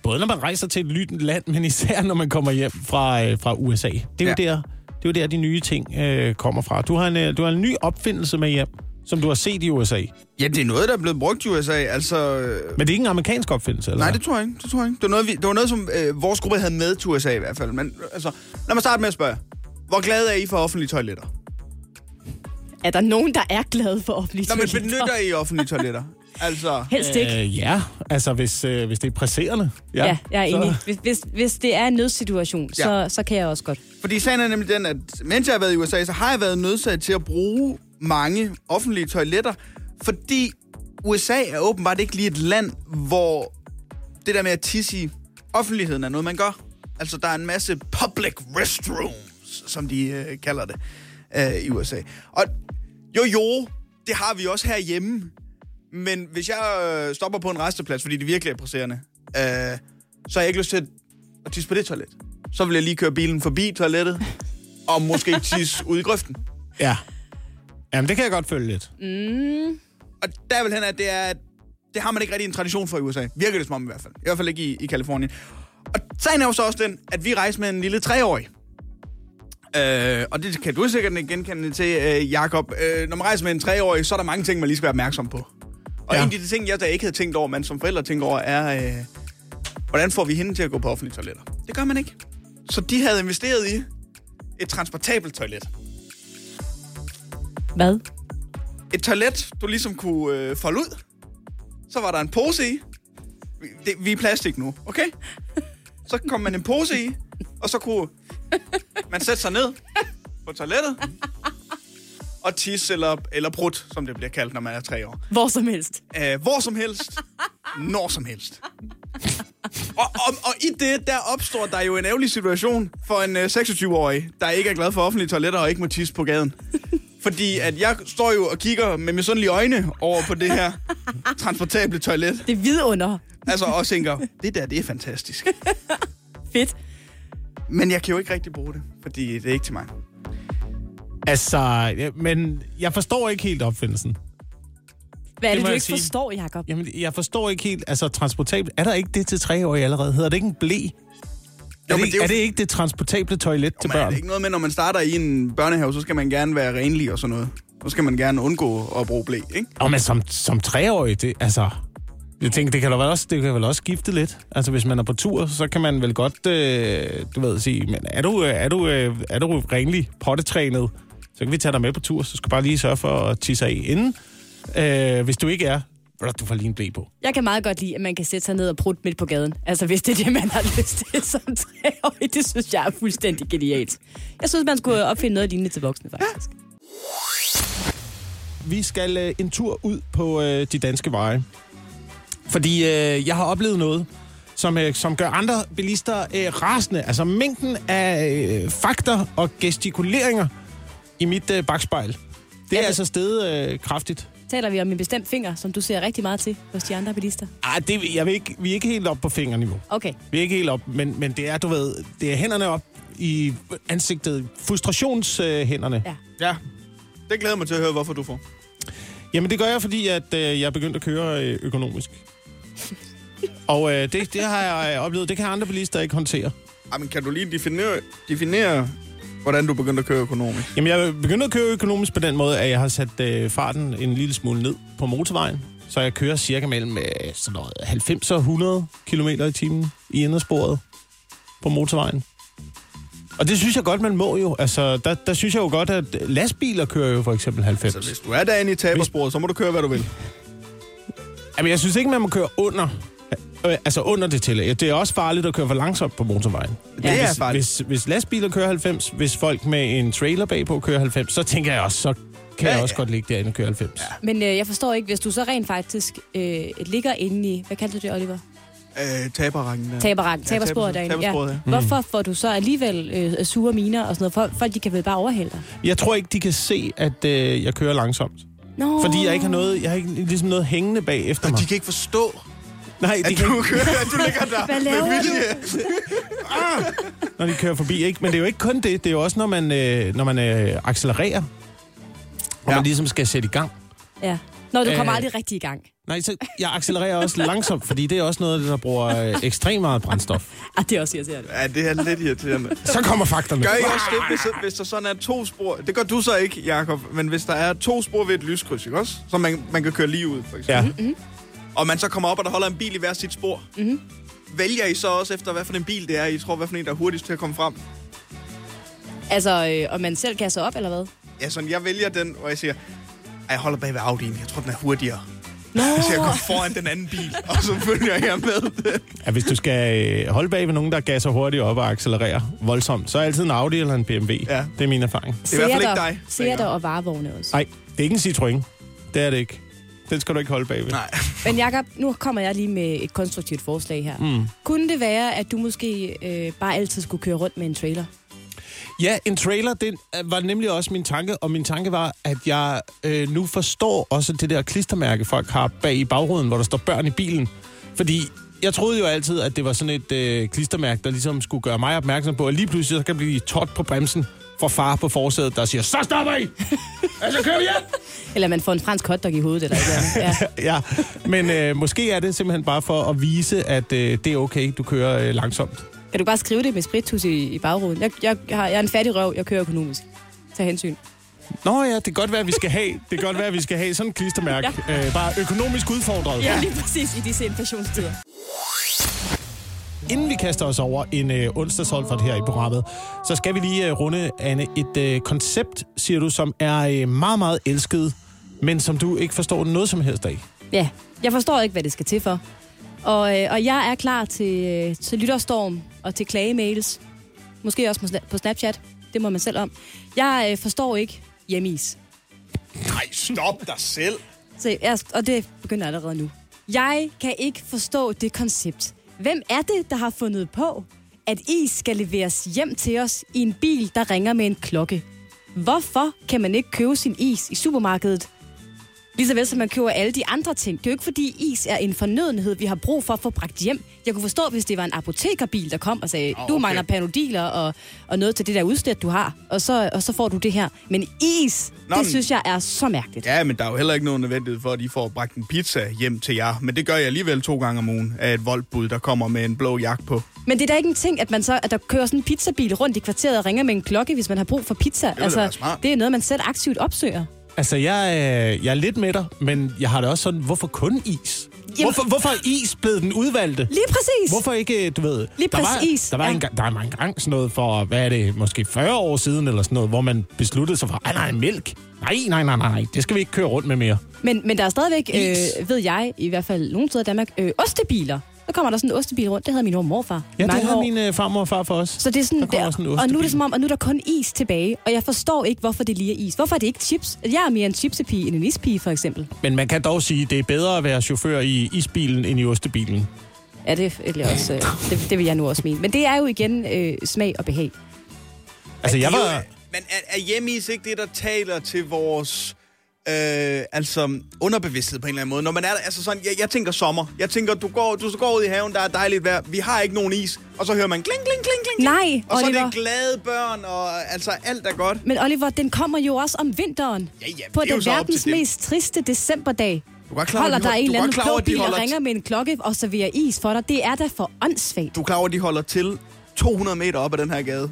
både når man rejser til et nyt land, men især når man kommer hjem fra, uh, fra USA. Det er, jo
Ja.
der, det er jo der, de nye ting uh, kommer fra. Du har, en, uh, du har en ny opfindelse med hjem, som du har set i USA.
Ja, det er noget, der er blevet brugt i USA. Altså, øh,
Men det er ikke en amerikansk opfindelse, eller
nej,
hvad?
det tror jeg ikke. Det tror jeg ikke. Det var noget, vi, det var noget som øh, vores gruppe havde med til USA i hvert fald. Men øh, altså, lad mig starte med at spørge. Hvor glade er I for offentlige toiletter?
Er der nogen, der er glade for offentlige
Nå, men
toiletter?
benytter I offentlige toiletter? Altså,
Helst ikke.
Øh, ja, altså hvis, øh, hvis det er presserende.
Ja, ja jeg er
så-
enig. Hvis, hvis, hvis det er en nødsituation, ja. så, så kan jeg også godt.
fordi sagen er nemlig den, at mens jeg har været i USA, så har jeg været nødsaget til at bruge mange offentlige toiletter, fordi USA er åbenbart ikke lige et land, hvor det der med at tisse i offentligheden er noget, man gør. Altså, der er en masse public restrooms, som de øh, kalder det øh, i USA. Og jo, jo, det har vi også herhjemme. Men hvis jeg øh, stopper på en resteplads, fordi det virkelig er presserende, øh, så har jeg ikke lyst til at, at tisse på det toilet. Så vil jeg lige køre bilen forbi toilettet, og måske tisse ud i grøften.
Ja. Jamen, det kan jeg godt følge lidt.
Og der vil han, at det er, at det har man ikke rigtig en tradition for i USA. Virker det som om i hvert fald. I hvert fald ikke i, i Kalifornien. Og sagen er jo så også den, at vi rejser med en lille treårig. Øh, og det kan du sikkert ikke genkende til, øh, Jakob. Øh, når man rejser med en treårig, så er der mange ting, man lige skal være opmærksom på. Og
Ja.
ja. en af de ting, jeg da ikke havde tænkt over, men som forældre tænker over, er, øh, hvordan får vi hende til at gå på offentlige toiletter? Det gør man ikke. Så de havde investeret i et transportabelt toilet.
Hvad?
et toilet, du ligesom kunne øh, folde ud. Så var der en pose i. Vi, det, vi er plastik nu, okay? Så kom man en pose i, og så kunne man sætte sig ned på toilettet og tisse eller, eller prut, som det bliver kaldt, når man er tre år.
Hvor som helst.
Øh, hvor som helst, når som helst. Og, og, og i det, der opstår der jo en ærgerlig situation for en øh, 26-årig, der ikke er glad for offentlige toiletter og ikke må tisse på gaden. Fordi at jeg står jo og kigger med misundelige øjne over på det her transportable toilet.
Det er vidunder.
Altså og tænker, det der, det er fantastisk.
Fedt.
Men jeg kan jo ikke rigtig bruge det, fordi det er ikke til mig.
Altså, ja, men jeg forstår ikke helt opfindelsen.
Hvad er
Det må
det, det du
jeg
ikke
sige.
sige. forstår, Jacob?
Jamen, jeg forstår ikke helt, altså transportabelt. Er der ikke det til treårige allerede? Hedder det ikke en blæ? Er,
men
det,
det er
ikke-
jo-
er det ikke det transportable toilet til
Men er
børn?
det ikke noget med, når man starter i en børnehave, så skal man gerne være renlig og sådan noget. Så skal man gerne undgå at bruge blæ, ikke?
Og men som, som treårig, det, altså... Jeg tænker, det kan, da vel også, det kan vel også skifte lidt. Altså, hvis man er på tur, så kan man vel godt, øh, du ved, sige, men er du, øh, er du, øh, er du renlig pottetrænet, så kan vi tage dig med på tur, så skal du bare lige sørge for at tisse af inden. Øh, hvis du ikke er, ved du, du får lige en blæ på.
Jeg kan meget godt lide, at man kan sætte sig ned og prutte midt på gaden. Altså, hvis det er det, man har lyst til som treårig. Det synes jeg er fuldstændig genialt. Jeg synes, man skulle opfinde noget lignende til voksne, faktisk.
Vi skal øh, en tur ud på øh, de danske veje. Fordi øh, jeg har oplevet noget, som, øh, som gør andre bilister øh, rasende. Altså mængden af øh, fakter og gestikuleringer i mit øh, bagspejl. Det er
det-
altså steget øh, kraftigt.
Taler vi om en bestemt finger, som du ser rigtig meget til hos de andre bilister?
Ej, det, jeg vil ikke, vi er ikke helt op på fingerniveau.
Okay.
Vi er ikke helt op, men, men det er, du ved, det er hænderne op i ansigtet. Frustrationshænderne.
Ja.
Ja, det glæder jeg mig til at høre, hvorfor du får.
Jamen, det gør jeg, fordi at, øh, jeg er begyndt at køre øh, økonomisk. Og øh, det, det har jeg øh, oplevet, det kan andre bilister ikke håndtere.
Jamen, kan du lige definere, definere hvordan du begyndte at køre økonomisk?
Jamen, jeg er begyndt at køre økonomisk på den måde, at jeg har sat øh, farten en lille smule ned på motorvejen. Så jeg kører cirka mellem øh, sådan noget 90 og 100 km i timen i indersporet på motorvejen. Og det synes jeg godt, man må jo. Altså, der, der synes jeg jo godt, at lastbiler kører jo for eksempel 90.
Så Altså, hvis du er derinde i tabersporet, så må du køre, hvad du vil.
Jamen, jeg synes ikke, man må køre under, øh, altså under det tillæg. Det er også farligt at køre for langsomt på motorvejen.
Det er
hvis,
farligt.
Hvis, hvis lastbiler kører 90, hvis folk med en trailer bagpå kører 90, så tænker jeg også, så kan ja,
Ja,
jeg også
ja.
godt ligge derinde og køre 90. Ja.
Men øh, jeg forstår ikke, hvis du så rent faktisk øh, ligger inde i... Hvad kaldte du det, Oliver?
Øh, taberrangen der.
Taberrakken,
Ja,
tabersporet
taber-
derinde.
tabersporet, ja.
Hvorfor får du så alligevel øh, sure miner og sådan noget? Folk, folk de kan vel bare overhælde dig?
Jeg tror ikke, de kan se, at øh, jeg kører langsomt.
Nå.
Fordi jeg ikke har noget, jeg har ikke ligesom noget hængende bag efter mig.
De kan ikke forstå,
Nej,
at
de kan,
du
ikke,
kører, at du ligger der.
Hvad laver
med
du?
vilje.
når de kører forbi. Ikke? Men det er jo ikke kun det. Det er jo også, når man, øh, når man øh, accelererer. Og ja.
Ja.
man ligesom skal sætte i gang.
Ja. Nå, du kommer
Øh.
aldrig rigtig i gang.
Nej, så jeg accelererer også langsomt, fordi det er også noget, af det, der bruger øh, ekstremt meget brændstof.
Ah, det er også irriterende.
Ja, det er lidt irriterende.
Så kommer fakterne.
Gør I også det, hvis, hvis der sådan er to spor? Det gør du så ikke, Jakob, men hvis der er to spor ved et lyskryds, ikke også? Så man, man kan køre lige ud, for eksempel.
Ja.
Ja. Og man så kommer op, og der holder en bil i hver sit spor. Mm-hmm. Vælger I så også efter, hvad for en bil det er? I tror, hvad for en, der er hurtigst til at komme frem?
Altså, øh, om man selv kasser op, eller hvad?
Ja, sådan, jeg vælger den, og jeg siger, "Ej, jeg holder bag ved Audi'en, jeg tror, den er hurtigere.
Nå.
Så jeg går foran den anden bil, og så følger jeg med.
Ja, hvis du skal øh, holde bag ved nogen, der gasser hurtigt op og accelererer voldsomt, så er altid en Audi eller en BMW.
Ja.
Det er min erfaring.
i hvert fald ikke dig,
Ser
Inger.
dig og varevogne også.
Nej, det er ikke en Citroën. Det er det ikke. Den skal du ikke holde bag ved.
Nej.
Men Jakob, nu kommer jeg lige med et konstruktivt forslag her. Mm. Kunne det være, at du måske øh, bare altid skulle køre rundt med en trailer?
Ja, en trailer, det var nemlig også min tanke, og min tanke var, at jeg øh, nu forstår også det der klistermærke, folk har bag i bagruden, hvor der står børn i bilen. Fordi jeg troede jo altid, at det var sådan et øh, klistermærke, der ligesom skulle gøre mig opmærksom på, at lige pludselig så kan jeg blive tot på bremsen fra far på forsædet, der siger, så stopper I! Altså kører vi hjem!
Eller man får en fransk hotdog i hovedet, eller et eller andet. Ja.
ja, men øh, måske er det simpelthen bare for at vise, at øh, det er okay, du kører øh, langsomt.
Kan du bare skrive det med sprittus i, i bagruden? Jeg, jeg, har, jeg er en fattig røv, jeg kører økonomisk. Tag hensyn.
Nå ja, det kan godt være, at vi skal have, det kan godt være, at vi skal have sådan et klistermærke. Ja. Øh, bare økonomisk udfordret.
Ja, lige præcis i disse inflationstider.
Inden vi kaster os over en øh, onsdagsholdfart her i programmet, så skal vi lige øh, runde, Anne, et øh, koncept, siger du, som er øh, meget, meget elsket, men som du ikke forstår noget som helst af.
Ja, jeg forstår ikke, hvad det skal til for. Og, øh, og jeg er klar til, øh, til lytterstorm og til klagemails. Måske også på sna- på Snapchat. Det må man selv om. Jeg øh, forstår ikke hjemmeis.
Nej, stop dig selv.
Se, jeg, og det begynder allerede nu. Jeg kan ikke forstå det koncept. Hvem er det, der har fundet på, at is skal leveres hjem til os i en bil, der ringer med en klokke? Hvorfor kan man ikke købe sin is i supermarkedet? Ligeså vel som man køber alle de andre ting. Det er jo ikke fordi is er en fornødenhed, vi har brug for at få bragt hjem. Jeg kunne forstå, hvis det var en apotekerbil, der kom og sagde, oh, okay. du mangler panodiler og, og noget til det der udslæt, du har. Og så, og så får du det her. Men is, Nå,
Nå,
det
men-
synes jeg er så mærkeligt.
Ja, men der er jo heller ikke nogen nødvendighed for, at I får bragt en pizza hjem til jer. Men det gør jeg alligevel to gange om ugen af et voldbud, der kommer med en blå jakke på.
Men det er da ikke en ting, at, man så, at der kører sådan en pizzabil rundt i kvarteret og ringer med en klokke, hvis man har brug for pizza. Det
da være smart.
det er noget, man selv aktivt opsøger.
Altså, jeg, øh, jeg er lidt med dig, men jeg har det også sådan, hvorfor kun is? Hvorfor, hvorfor er is blevet den udvalgte?
Lige præcis!
Hvorfor ikke, øh, du ved...
Lige
der var,
præcis,
Der var,
ja.
en, der var mange gang sådan noget for, hvad er det, måske 40 år siden eller sådan noget, hvor man besluttede sig for, ej nej, mælk. Nej, nej, nej, nej, nej, det skal vi ikke køre rundt med mere.
Men, men der er stadigvæk,
Is.
øh, ved jeg, i hvert fald nogle steder i Danmark, øh, ostebiler, Så kommer der sådan en ostebil rundt. Det havde min mor og morfar. i
Ja, det
mange
havde
år.
min øh, farmor og far for os.
Så det er
Der
sådan,
kommer
der,
sådan en
og nu er
ostebil.
det som om, at nu er der kun is tilbage, og jeg forstår ikke, hvorfor det lige er is. Hvorfor er det ikke chips? Altså, Jeg er mere en chipsepige end en ispige, for eksempel.
Men man kan dog sige, at det er bedre at være chauffør i isbilen end i ostebilen.
Ja, det, eller også, øh, det, det vil jeg nu også mene. Men det er jo igen øh, smag og behag.
Altså, jeg
Det er
var...
Jo, men er, er hjemmeis ikke det, der taler til vores... Øh, altså underbevidsthed på en eller anden måde. Når man er der, altså sådan, jeg, jeg tænker sommer. Jeg tænker, du går, du går ud i haven, der er dejligt vejr. Vi har ikke nogen is. Og så hører man kling, kling, kling, kling.
Nej,
Og så er
Oliver.
det glade børn, og altså alt er godt.
Men Oliver, den kommer jo også om vinteren.
Ja, ja,
på
det er jo
den
så op
verdens
til dem.
mest triste decemberdag.
Du er godt klar over,
holder
de
der
hold-
en
du er
eller anden
godt klar over,
klog
de
bil og
holder-
ringer med en klokke og serverer is for dig. Det er da for åndssvagt.
Du er klar over, at de holder til 200 meter op ad den her gade.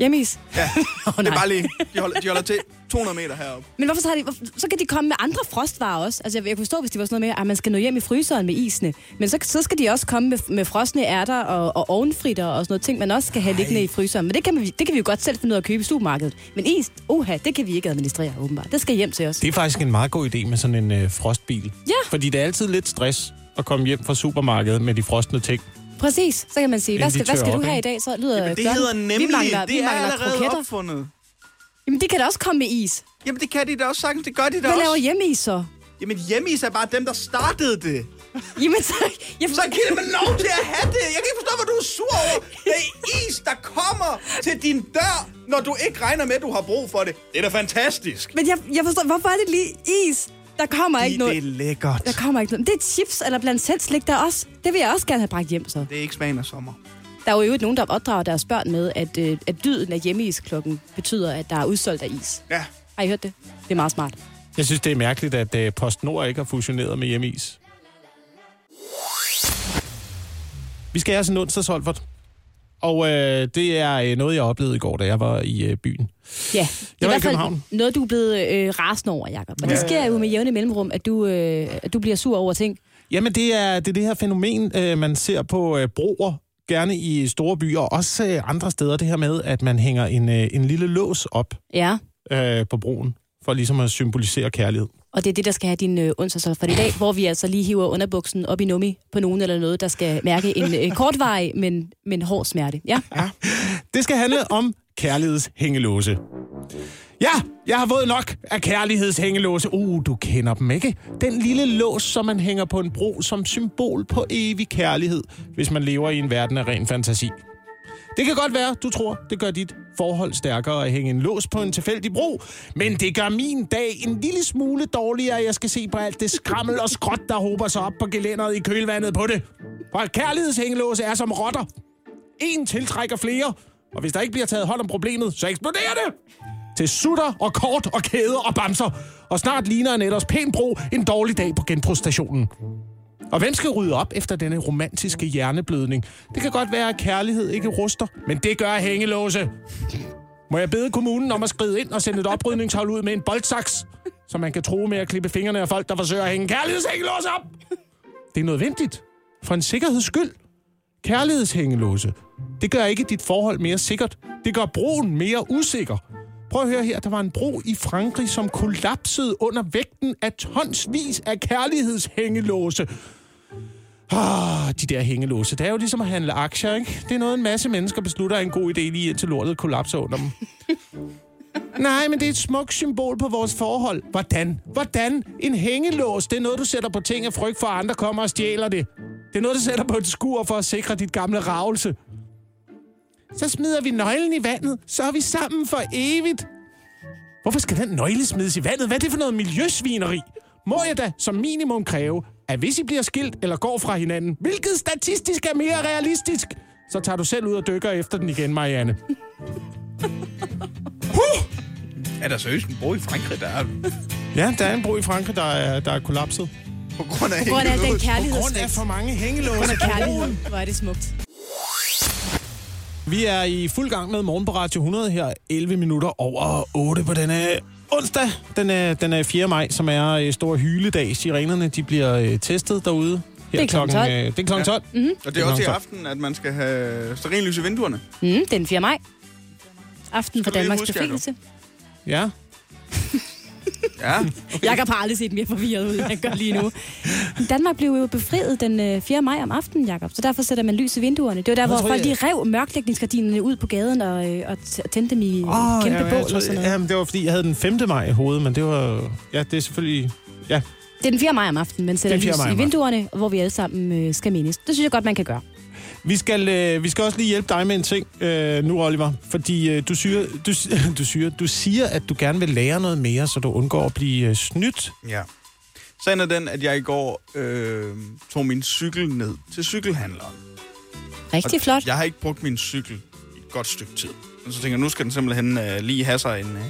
Jemis.
Ja, oh, det er
nej.
bare lige. De holder, de holder til 200 meter heroppe.
Men hvorfor så, har de, hvorfor, så kan de komme med andre frostvarer også. Altså, jeg, jeg kunne forstå, hvis det var sådan noget med, at man skal nå hjem i fryseren med isene. Men så, så skal de også komme med, med frosne ærter og, og ovenfritter og sådan noget ting, man også skal have liggende i fryseren. Men det kan, vi, det kan vi jo godt selv finde ud af at købe i supermarkedet. Men is, oha, det kan vi ikke administrere åbenbart. Det skal hjem til os.
Det er faktisk en meget god idé med sådan en øh, frostbil.
Ja.
Fordi det er altid lidt stress at komme hjem fra supermarkedet med de frostne ting.
Præcis, så kan man sige, hvad
Inden de
skal, hvad
tør
skal
op,
du have i
ikke?
dag? Så lyder
Jamen, det
klokken.
hedder nemlig,
vi mangler,
det
vi
er
mangler
allerede
kroketter.
opfundet.
Jamen, de kan da også komme med is.
Jamen, det kan de da også sagtens. Det gør de da
Hvad
også.
laver hjemme is så?
Jamen, hjemmeis er bare dem, der startede det.
Jamen, så... Jeg,
Så giv dem lov til at have det. Jeg kan ikke forstå, hvad du er sur over. Det er is, der kommer til din dør, når du ikke regner med, at du har brug for det. Det er da fantastisk.
men jeg, jeg forstår, hvorfor er det lige is? Der kommer ikke noget.
lækkert.
Der kommer ikke noget. Men Det er chips eller blandt selv slik, der er også. Det vil jeg også gerne have bragt hjem så.
Det er ikke smagen af sommer.
Der er jo ikke nogen, der opdrager deres børn med, at, øh, at lyden af hjemmeisklokken betyder, at der er udsolgt af is.
Ja.
Har I hørt det? Det er meget smart.
Jeg synes, det er mærkeligt, at øh, PostNord ikke har fusioneret med Hjemmeis. Vi skal have sådan en onsdags Holfert. Og øh, det er øh, noget, jeg oplevede i går, da jeg var i øh, byen.
Ja, det er
var i
i hvert fald
København.
noget, du er blevet øh, rasende over, Jacob. Og det sker jo med jævne mellemrum, at du, øh, at du bliver sur over ting.
Jamen, det er det, er det her fænomen, øh, man ser på øh, broer, gerne i store byer, og også øh, andre steder. Det her med, at man hænger en, øh, en lille lås op
Ja,
øh, på broen, for ligesom at symbolisere kærlighed.
og det er det, der skal have din øh, onsdag for i dag, hvor vi altså lige hiver underbuksen op i nummi på nogen eller noget, der skal mærke en øh, kortvarig, men, men hård smerte. Ja,
Det skal handle om kærlighedshængelåse. Ja, jeg har fået nok af kærlighedshængelåse. Uh, du kender dem, ikke? Den lille lås, som man hænger på en bro som symbol på evig kærlighed, hvis man lever i en verden af ren fantasi. Det kan godt være, du tror, det gør dit forhold stærkere at hænge en lås på en tilfældig bro, men det gør min dag en lille smule dårligere, at jeg skal se på alt det skrammel og skråt, der hober sig op på gelænderet i kølvandet på det. For kærlighedshængelåse er som rotter. En tiltrækker flere, og hvis der ikke bliver taget hånd om problemet, så eksploderer det! Til sutter og kort og kæder og bamser, og snart ligner en ellers pæn bro en dårlig dag på genbrugsstationen. Og hvem skal rydde op efter denne romantiske hjerneblødning? Det kan godt være, at kærlighed ikke ruster, men det gør hængelåse. Må jeg bede kommunen om at skride ind og sende et oprydningshold ud med en boldsaks, så man kan tro med at klippe fingrene af folk, der forsøger at hænge kærlighedshængelåse op? Det er nødvendigt. For en sikkerheds skyld. Kærlighedshængelåse. Det gør ikke dit forhold mere sikkert. Det gør broen mere usikker. Prøv at høre her, der var en bro i Frankrig, som kollapsede under vægten af tonsvis af kærlighedshængelåse. Ah, de der hængelåse. Det er jo ligesom at handle aktier, ikke? Det er noget, en masse mennesker beslutter er en god idé, lige indtil lortet kollapser under dem. Nej, men det er et smukt symbol på vores forhold. Hvordan? Hvordan? En hængelås, det er noget, du sætter på ting af frygt for, at andre kommer og stjæler det. Det er noget, du sætter på et skur for at sikre dit gamle ravelse. Så smider vi nøglen i vandet, så er vi sammen for evigt. Hvorfor skal den nøgle smides i vandet? Hvad er det for noget miljøsvineri? Må jeg da som minimum kræve, at hvis I bliver skilt eller går fra hinanden, hvilket statistisk er mere realistisk, så tager du selv ud og dykker efter den igen, Marianne.
Er der seriøst en bro i Frankrig, der er
Ja, der er en bro i Frankrig, der er, der er kollapset.
på grund af
på grund af al den
hængelås?
Grund af
kærlighedsvægt.
for mange
På grund
hængelåse.
af kærligheden. Hvor er det smukt.
Vi er i fuld gang med morgen på Radio 100 her, 11 minutter over 8 på denne onsdag, den, er, den er 4. maj, som er øh, stor hyledag. Sirenerne, de bliver øh, testet derude. Her
Det er klokken Mhm. 12.
øh, Det er klokken 12. Ja. Mm-hmm.
Og det er også i aften, at man skal have stearinlys i vinduerne.
Mm, den 4. maj. Aften for
du lige
Danmarks
huske,
befrielse.
Ja.
Ja.
Jakob har aldrig set mere forvirret ud, end han gør lige nu. Men Danmark blev jo befriet den øh, 4. maj om aftenen, Jakob. Så derfor sætter man lys i vinduerne. Det var der, hvor folk de rev mørklægningsgardinerne ud på gaden og, øh, og t- tændte dem i oh, kæmpe
ja,
bål og sådan noget.
Jamen, det var fordi, jeg havde den 5. maj i hovedet, men det var... Ja, det er selvfølgelig... Ja,
Det er den 4. maj om aftenen, man sætter
Det er den fjerde maj
lys
om
i vinduerne, hvor vi alle sammen øh, skal mindes. Det synes jeg godt, man kan gøre.
Vi skal, øh, vi skal også lige hjælpe dig med en ting øh, nu, Oliver. Fordi øh, du, siger, du, si- du, siger, du siger, at du gerne vil lære noget mere, så du undgår at blive øh, snydt.
Ja. Sagen er den, at jeg i går øh, tog min cykel ned til cykelhandleren.
Rigtig flot.
Jeg har ikke brugt min cykel i et godt stykke tid. Og så tænker jeg, nu skal den simpelthen øh, lige have sig en, øh,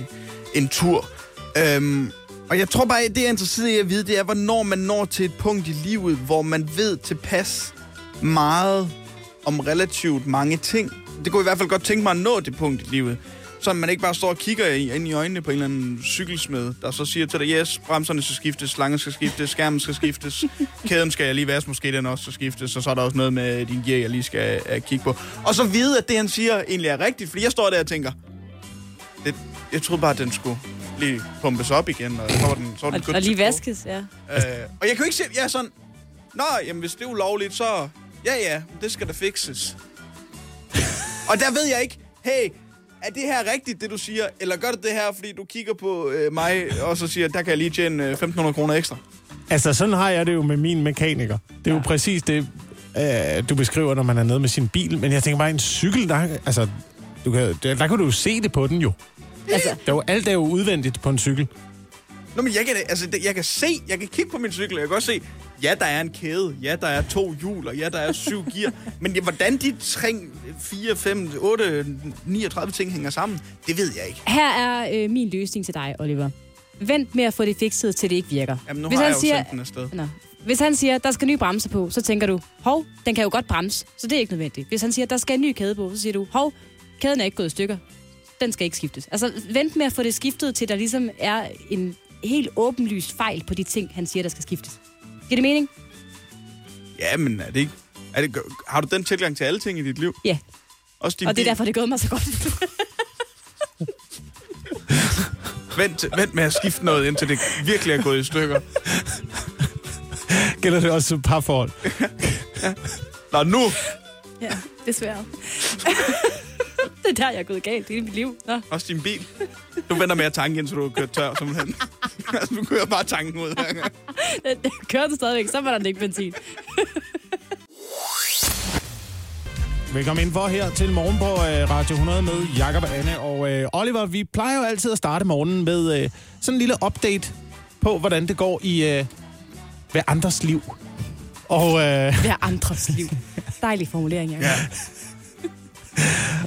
en tur. Øhm, og jeg tror bare, at det, jeg er interesseret i at vide, det er, hvornår man når til et punkt i livet, hvor man ved tilpas meget om relativt mange ting. Det kunne jeg i hvert fald godt tænke mig at nå det punkt i livet. Så man ikke bare står og kigger i- ind i øjnene på en eller anden cykelsmed, der så siger til dig, yes, bremserne skal skiftes, slangen skal skiftes, skærmen skal skiftes, kæden skal jeg lige vaske, måske den også skal skiftes, og så er der også noget med din gear, jeg lige skal uh, kigge på. Og så vide, at det, han siger, egentlig er rigtigt, fordi jeg står der og tænker, det, jeg troede bare, at den skulle lige pumpes op igen, og så var den, så var den good
Og, og lige
to go.
vaskes, ja.
Øh, og jeg kan jo ikke se, jeg er sådan, Nå, jamen hvis det er ulovligt, så ja ja, det skal da fixes. og der ved jeg ikke, hey, er det her rigtigt, det du siger, eller gør du det her, fordi du kigger på øh, mig, og så siger, der kan jeg lige tjene øh, 1.500 kroner ekstra.
Altså, sådan har jeg det jo med min mekaniker. Det er jo præcis det, øh, du beskriver, når man er nede med sin bil. Men jeg tænker bare, en cykel, der, altså, du kan, der, der kan du jo se det på den jo.
Altså,
Der er jo, alt er jo udvendigt på en cykel.
Nå, men jeg kan, altså, det- jeg kan se, jeg kan kigge på min cykel, og jeg kan også se, ja, der er en kæde, ja, der er to hjul, og ja, der er syv gear. Men det- hvordan de 3, 4, 5, 8, 39 ting hænger sammen, det ved jeg ikke.
her er øh, min løsning til dig, Oliver. Vent med at få det fikset, til det ikke virker.
Jamen, nu Hvis har jeg jo siger... sendt den afsted.
Nå. Hvis han siger, der skal ny bremse på, så tænker du, hov, den kan jo godt bremse, så det er ikke nødvendigt. Hvis han siger, der skal en ny kæde på, så siger du, hov, kæden er ikke gået i stykker, den skal ikke skiftes. Altså, vent med at få det skiftet til, der ligesom er en helt åbenlyst fejl på de ting, han siger, der skal skiftes. Giver det mening?
Ja, men er det ikke... Er det, har du den tilgang til alle ting i dit liv?
Ja.
Også din
Og det er
bil?
derfor, det er gået mig så godt.
Vent, vent med at skifte noget, indtil det virkelig er gået i stykker.
Gælder det også parforhold?
Nå, nu!
ja, desværre. det er der, jeg er gået galt i mit liv. Nå.
Også din bil. Du venter med at tanke, indtil du har kørt tør, simpelthen. altså, du kører bare tanken ud. hver gang.
øh, Kører den stadigvæk, så var der ikke benzin.
Velkommen indenfor her til morgen på øh, Radio 100 med Jakob, Anne og øh, Oliver. Vi plejer jo altid at starte morgenen med øh, sådan en lille update på, hvordan det går i øh, hver andres liv. Og, øh,
Hver andres liv. Dejlig formulering, Jacob. Ja.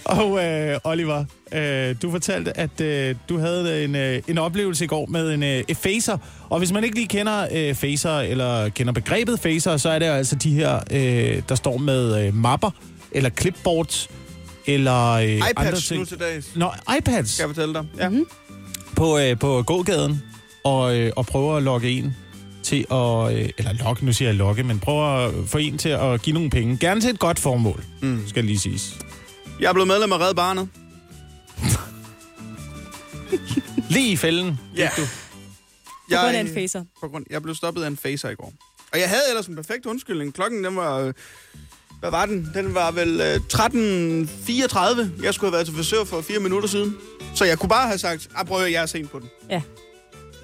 og øh, Oliver, øh, du fortalte, at øh, du havde en, øh, en oplevelse i går med en øh, effacer. Og hvis man ikke lige kender øh, facer eller kender begrebet facer, så er det jo altså de her, øh, der står med øh, mapper eller clipboards eller øh, andre
iPads
ting.
nu til dags,
Nå, iPads.
skal jeg fortælle dig. Ja.
Mhm.
Mm-hmm.
på, øh, på gågaden og, øh, og prøver at lokke en til at... Øh, eller lokke, nu siger jeg lokke, men prøver at få en til at give nogle penge. Gerne til et godt formål, mm. skal lige siges.
Jeg er blevet medlem af Red Barnet.
Lige i fælden.
Ja.
På grund af en facer.
på grund, jeg blev stoppet af en facer i går. Og jeg havde ellers en perfekt undskyldning. Klokken, den var... øh, Hvad var den? Den var vel øh, 13.34. Jeg skulle have været til frisør for fire minutter siden. Så jeg kunne bare have sagt, ah, prøv at høre, jeg er sent på den.
Ja.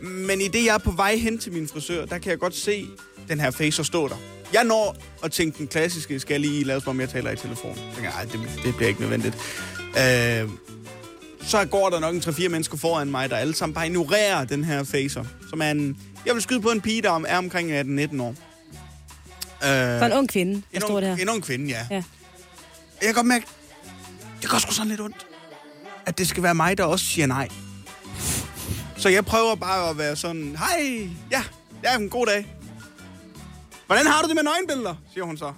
Men i det, jeg er på vej hen til min frisør, der kan jeg godt se den her facer stå der. Jeg når at tænke den klassiske, skal jeg lige lade som om jeg taler i telefonen. Jeg tænker, "Ej, det, det bliver ikke nødvendigt. Øh, så går der nok en 3-4 mennesker foran mig, der alle sammen bare ignorerer den her facer. Som er en, jeg vil skyde på en pige, der om- er omkring 18-19 år. Øh,
For en ung kvinde, der
en,
står
ung,
der.
en ung kvinde, ja.
Ja.
Jeg kan godt mærke, det gør sgu sådan lidt ondt. At det skal være mig, der også siger nej. Så jeg prøver bare at være sådan, hej, ja, ja, en god dag. Hvordan har du det med nøgenbilleder, siger hun så.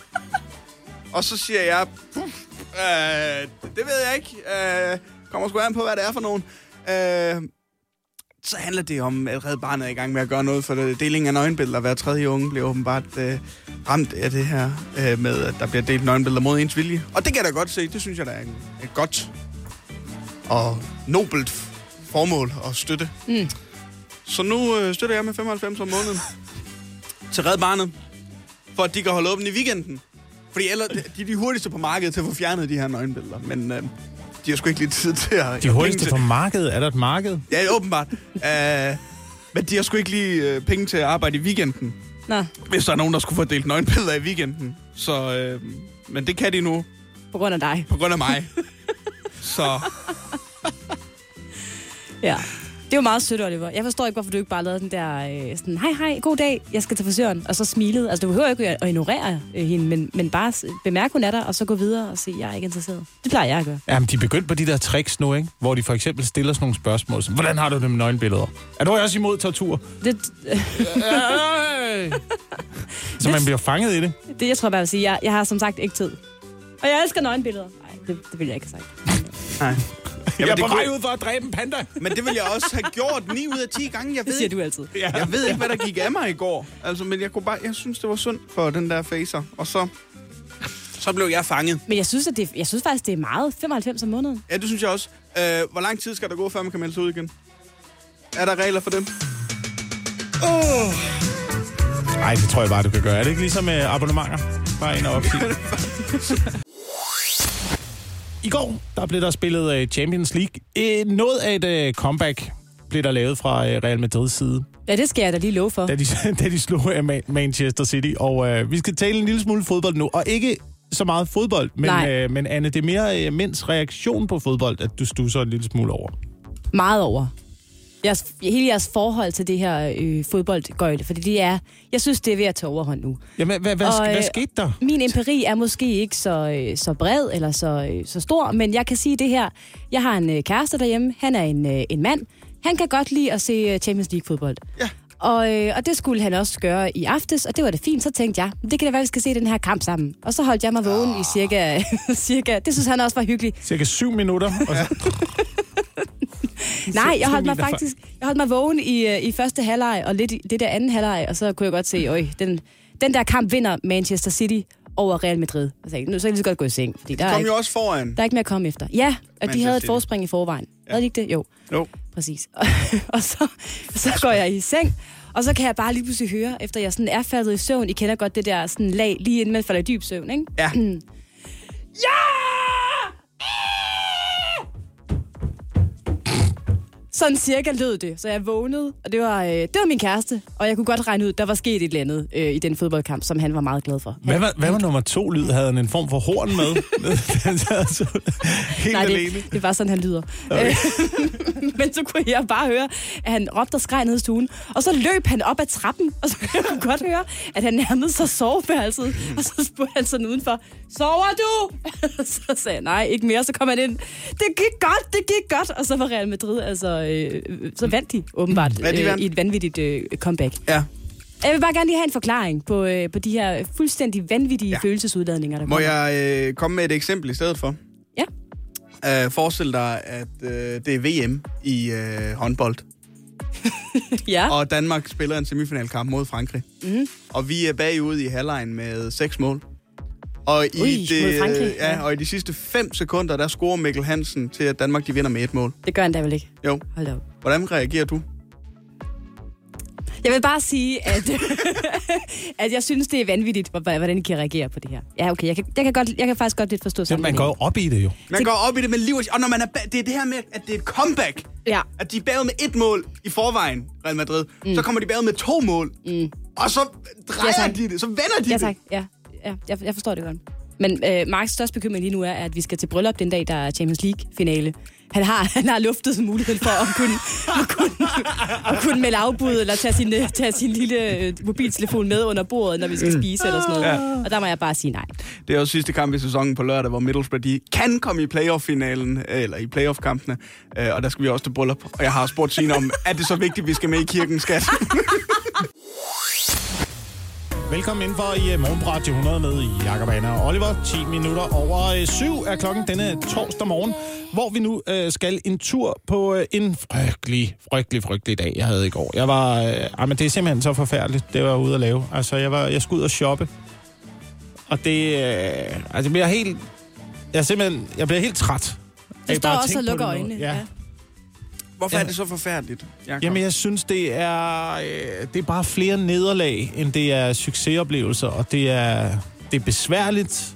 Og så siger jeg, "Puh, øh, det ved jeg ikke. Øh, kommer sgu an på, hvad det er for nogen. Øh, så handler det om, at Red Barnet er i gang med at gøre noget for det. deling af nøgenbilleder. Hver tredje unge bliver åbenbart øh, ramt af det her øh, med, at der bliver delt nøgenbilleder mod ens vilje. Og det kan jeg da godt se. Det synes jeg, der er en, et godt og nobelt f- formål at støtte. Mm. Så nu øh, støtter jeg med 95 om måneden til Red Barnet, for at de kan holde åbent i weekenden. Fordi ellers, de er de hurtigste på markedet til at få fjernet de her nøgenbilleder, men øh, de har sgu ikke lige tid til at...
De hurtigste
penge
på
til-
markedet, er der et marked?
Ja, åbenbart. Øh, men de har sgu ikke lige øh, penge til at arbejde i weekenden
Nå,
hvis der er nogen, der skulle få delt nøgenbilleder i weekenden. Så, øh, men det kan de nu,
på grund af dig.
på grund af mig. Så
Ja. Det var meget sødt, Oliver. Jeg forstår ikke, hvorfor du ikke bare lavede den der øh, sådan, hej, hej, god dag, jeg skal til frisøren, og så smilede. Altså, du behøver ikke at ignorere øh, hende, men, men bare s- bemærk, hun er der, og så gå videre og sige, jeg er ikke interesseret. Det plejer jeg at gøre.
Jamen, de er begyndt på de der tricks nu, ikke? Hvor de for eksempel stiller sådan nogle spørgsmål som, hvordan har du det med nøgenbilleder? Er du også imod tortur?
Det,
Ej! Så man bliver fanget i det.
det jeg tror bare, jeg vil sige, jeg, jeg har som sagt ikke tid. Og jeg elsker nøgenbilleder. Nej, det, det vil jeg ikke have sagt.
Jeg er
det
på vej
kunne-
ud for at dræbe en panda.
Men det ville jeg også have gjort 9 ud af 10 gange. Jeg
Det
ved,
siger du altid.
Ja. Jeg ved ikke, hvad der gik af mig i går. Altså, men jeg, kunne bare, jeg synes, det var synd for den der facer. Og så, så blev jeg fanget.
Men jeg synes, at det, jeg synes faktisk, det er meget. 95 om måneden.
Ja, det synes jeg også. Øh, hvor lang tid skal der gå, før man kan melde sig ud igen? Er der regler for dem?
Nej, det tror jeg bare, du kan gøre. Er det ikke ligesom med abonnementer? Bare ind og opsige. I går, der blev der spillet øh, Champions League. Øh, Noget af et øh, comeback blev der lavet fra øh, Real Madrids side,
Ja, det skal jeg da lige love for.
da de, da de slog øh, Man- Manchester City. Og øh, vi skal tale en lille smule fodbold nu, og ikke så meget fodbold, men,
Nej.
øh, men Anne, det er mere øh, mænds reaktion på fodbold, at du stusser en lille smule over.
meget over. Jeres, hele jeres forhold til det her øh, fodboldgøjle, fordi det er, jeg synes, det er ved at tage overhånd nu.
Jamen, hvad, hvad,
Og,
og, øh, hvad
øh,
skete der?
Min empiri er måske ikke så, øh, så bred eller så, øh, så stor, men jeg kan sige det her. Jeg har en øh, kæreste derhjemme, han er en, øh, en mand. Han kan godt lide at se øh, Champions League-fodbold. Ja. Og, øh, og det skulle han også gøre i aftes, og det var det fint. Så tænkte jeg, det kan da være, at vi skal se den her kamp sammen. Og så holdt jeg mig vågen i cirka, cirka... Det synes han også var hyggeligt.
Cirka syv minutter, og så
Nej, jeg
to
holdt mig
meter fra-
faktisk jeg holdt mig vågen i, øh, i første halvleg og lidt, i- lidt af anden halvleg, og så kunne jeg godt se, øj, den, den der kamp vinder Manchester City over Real Madrid. Og så tænkte, jeg, nu så kan jeg lige så godt gå i seng, fordi der er,
Kom
ikke,
jo også foran.
der er ikke mere at komme efter. Ja, og de
Manchester
havde et
City.
forspring i forvejen. Ja. Havde de ikke det? Jo.
Jo.
Præcis. og så, så går jeg i seng, og så kan jeg bare lige pludselig høre, efter jeg sådan er faldet i søvn, I kender godt det der sådan lag, lige inden man falder i dyb søvn, ikke? Mm.
Ja.
Sådan cirka lød det, så jeg vågnede, og det var, øh, det var min kæreste, og jeg kunne godt regne ud, der var sket et eller andet øh, i den fodboldkamp, som han var meget glad for.
Hvad var, hvad var nummer to lyd? Havde han en form for horn med? Han sad så Helt
Nej,
alene.
det, det var sådan, han lyder. Okay. Men så kunne jeg bare høre, at han råbte og skreg ned i stuen. Og så løb han op ad trappen, og så kunne jeg godt høre, at han nærmede sig soveværelset. Og så spurgte han sådan udenfor, sover du? så sagde jeg, nej, ikke mere. Så kom han ind, det gik godt, det gik godt. Og så var Real Madrid, altså, øh, øh, så vandt de åbenbart
Ja, de
øh,
vandt.
i et vanvittigt øh, comeback.
Ja.
Jeg vil bare gerne lige have en forklaring på, øh, på de her fuldstændig vanvittige ja.
Ja.
følelsesudladninger, der
Må
kommer.
jeg øh, komme med et eksempel i stedet for?
Ja.
Uh, forestil dig, at uh, det er VM i uh, håndbold,
Ja.
og Danmark spiller en semifinalkamp mod Frankrig. Mm.
Mhm.
Og vi er bagud i halvlejen med seks mål. Og i,
Ui, mod Frankrig,
ja,
ja.
og i de sidste 5 sekunder, der scorer Mikkel Hansen til, at Danmark de vinder med et mål.
Det gør han da vel ikke.
Jo,
Hold da op.
hvordan reagerer du?
Jeg vil bare sige, at, at jeg synes, det er vanvittigt, hvor- hvordan I kan reagere på det her. Ja, okay, jeg kan, jeg kan, godt, jeg kan faktisk godt lidt forstå
Så man går jo op i det jo.
Man går op i det med liv og og når man er bag, det er det her med, at det er et comeback.
Ja,
At de er bagud med et mål i forvejen, Real Madrid. Mm. Så kommer de bagud med to mål. Mm. Og så drejer
tak.
de det, så vender de
ja
det.
tak. Ja, ja jeg, jeg forstår det godt. Men øh, Marks største bekymring lige nu er, at vi skal til bryllup den dag, der er Champions League-finale. Han har, han har luftet muligheden for at kunne, at kunne, at kunne melde afbud eller tage sin, øh, tage sin lille øh, mobiltelefon med under bordet, når vi skal spise eller sådan noget. Og der må jeg bare sige nej.
Det er jo sidste kamp i sæsonen på lørdag, hvor Middlesbrough de kan komme i playoff-finalen, øh, eller i playoff-kampene, øh, og der skal vi også til bryllup. Og jeg har spurgt Signe om, er det så vigtigt, vi skal med i kirken, skat?
Velkommen indenfor i øh, morgen på Radio 100 med Jakob Hanna og Oliver. 10 minutter over øh, syv er klokken denne torsdag morgen, hvor vi nu øh, skal en tur på øh, en frygtelig, frygtelig, frygtelig dag, jeg havde i går. Jeg var... Øh, ej, men det er simpelthen så forfærdeligt, det var ude at lave. Altså, jeg, var, jeg skulle ud og shoppe. Og det... Øh, altså, jeg bliver helt... Jeg, er simpelthen, jeg bliver helt træt. af
Du står
bare at
også
tænke
og
på
lukker
det nu.
øjnene.
Ja.
Hvorfor
Ja.
er det så forfærdeligt, Jacob?
Jamen, jeg synes, det er, øh, det er bare flere nederlag, end det er succesoplevelser, og det er, det er besværligt,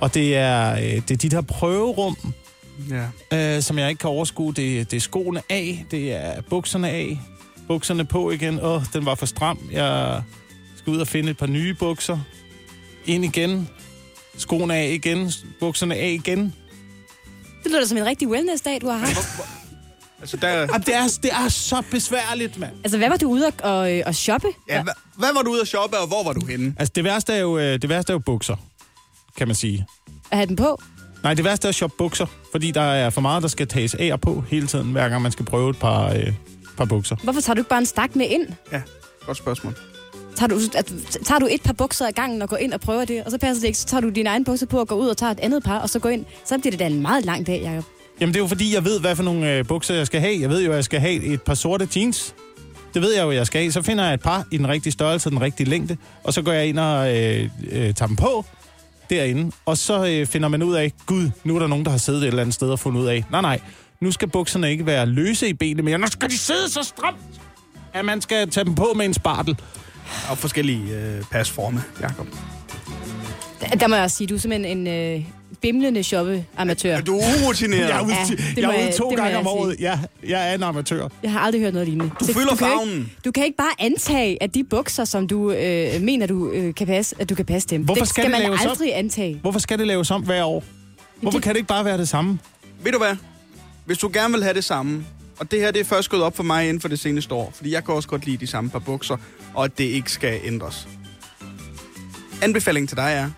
og det er, øh, det er de der prøverum,
ja.
øh, som jeg ikke kan overskue. Det, det er skoene af, det er bukserne af, bukserne på igen. Åh, den var for stram. Jeg skal ud og finde et par nye bukser. Ind igen, skoene af igen, bukserne af igen.
Det lyder da som en rigtig wellness-dag, du har haft.
Altså, der...
Jamen, det, er, det er så besværligt, mand.
Altså, hvad var du ude og, og, øh, og shoppe?
Ja, hva, hvad var du ude at shoppe, og hvor var du henne?
Altså, det værste er jo, øh, det værste er jo bukser, kan man sige.
At have den på?
Nej, det værste er at shoppe bukser, fordi der er for meget, der skal tages af og på hele tiden, hver gang man skal prøve et par, øh, par bukser.
Hvorfor tager du ikke bare en stak med ind?
Ja, godt spørgsmål.
Tager du, at, tager du et par bukser ad gangen og går ind og prøver det, og så passer det ikke, så tager du din egen bukser på og går ud og tager et andet par, og så går ind. Så bliver det da en meget lang dag, Jacob.
Jamen, det er jo fordi, jeg ved, hvad for nogle øh, bukser jeg skal have. Jeg ved jo, at jeg skal have et par sorte jeans. Det ved jeg jo, at jeg skal have. Så finder jeg et par i den rigtige størrelse og den rigtige længde, og så går jeg ind og øh, øh, tager dem på derinde. Og så øh, finder man ud af, gud, nu er der nogen, der har siddet et eller andet sted og fundet ud af, nej, nej, nu skal bukserne ikke være løse i benene mere. Nu skal de sidde så stramt, at man skal tage dem på med en spartel.
Og forskellige øh, pasforme, Jacob.
Der, der må jeg også sige, du er simpelthen en øh, bimlende shoppeamatør.
Er du urutineret?
Jeg er ude,
Ja,
ja,
det
jeg
må
er ude
jeg-
to
det må
gange
jeg
om året. Ja, jeg er en amatør.
Jeg har aldrig hørt noget lignende. Du
følger
du kan
favnen.
Ikke, du kan ikke bare antage, at de bukser, som du øh, mener, du øh, kan passe, at du kan passe dem.
Hvorfor
det
skal
skal,
det
man
laves om?
aldrig antage.
Hvorfor skal det laves om hver år? Hvorfor
det-
kan det ikke bare være det samme?
Ved du hvad? Hvis du gerne vil have det samme, og det her det er først gået op for mig inden for det seneste år, fordi jeg kan også godt lide de samme par bukser, og at det ikke skal ændres. Anbefalingen til dig er,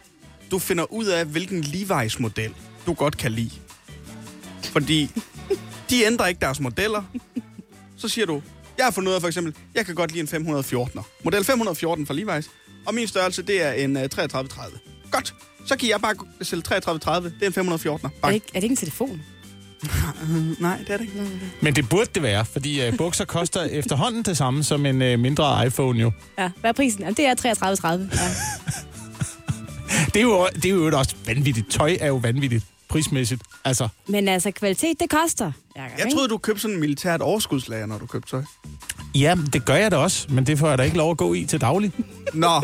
du finder ud af, hvilken Levi's-model du godt kan lide. Fordi de ændrer ikke deres modeller. Så siger du, jeg har fundet ud af for eksempel, jeg kan godt lide en 514'er. Model 514 fra Levi's. Og min størrelse, det er en øh, 3330. Godt. Så kan jeg bare sælge 3330. Det er en 514'er.
Er
Bang.
det, ikke, er det ikke en telefon?
Nej, det er det ikke.
Men det burde det være, fordi øh, bukser koster efterhånden det samme som en øh, mindre iPhone jo.
Ja, hvad er prisen? Jamen, det er 33,30. Ja.
Det er jo, det er jo også vanvittigt. Tøj er jo vanvittigt prismæssigt. Altså,
Men altså, kvalitet, det koster. Jacob,
Jeg
ikke?
troede, du købte sådan en militært overskudslager, når du købte tøj.
ja, det gør jeg da også, men det får jeg da ikke lov at gå i til daglig.
Nå.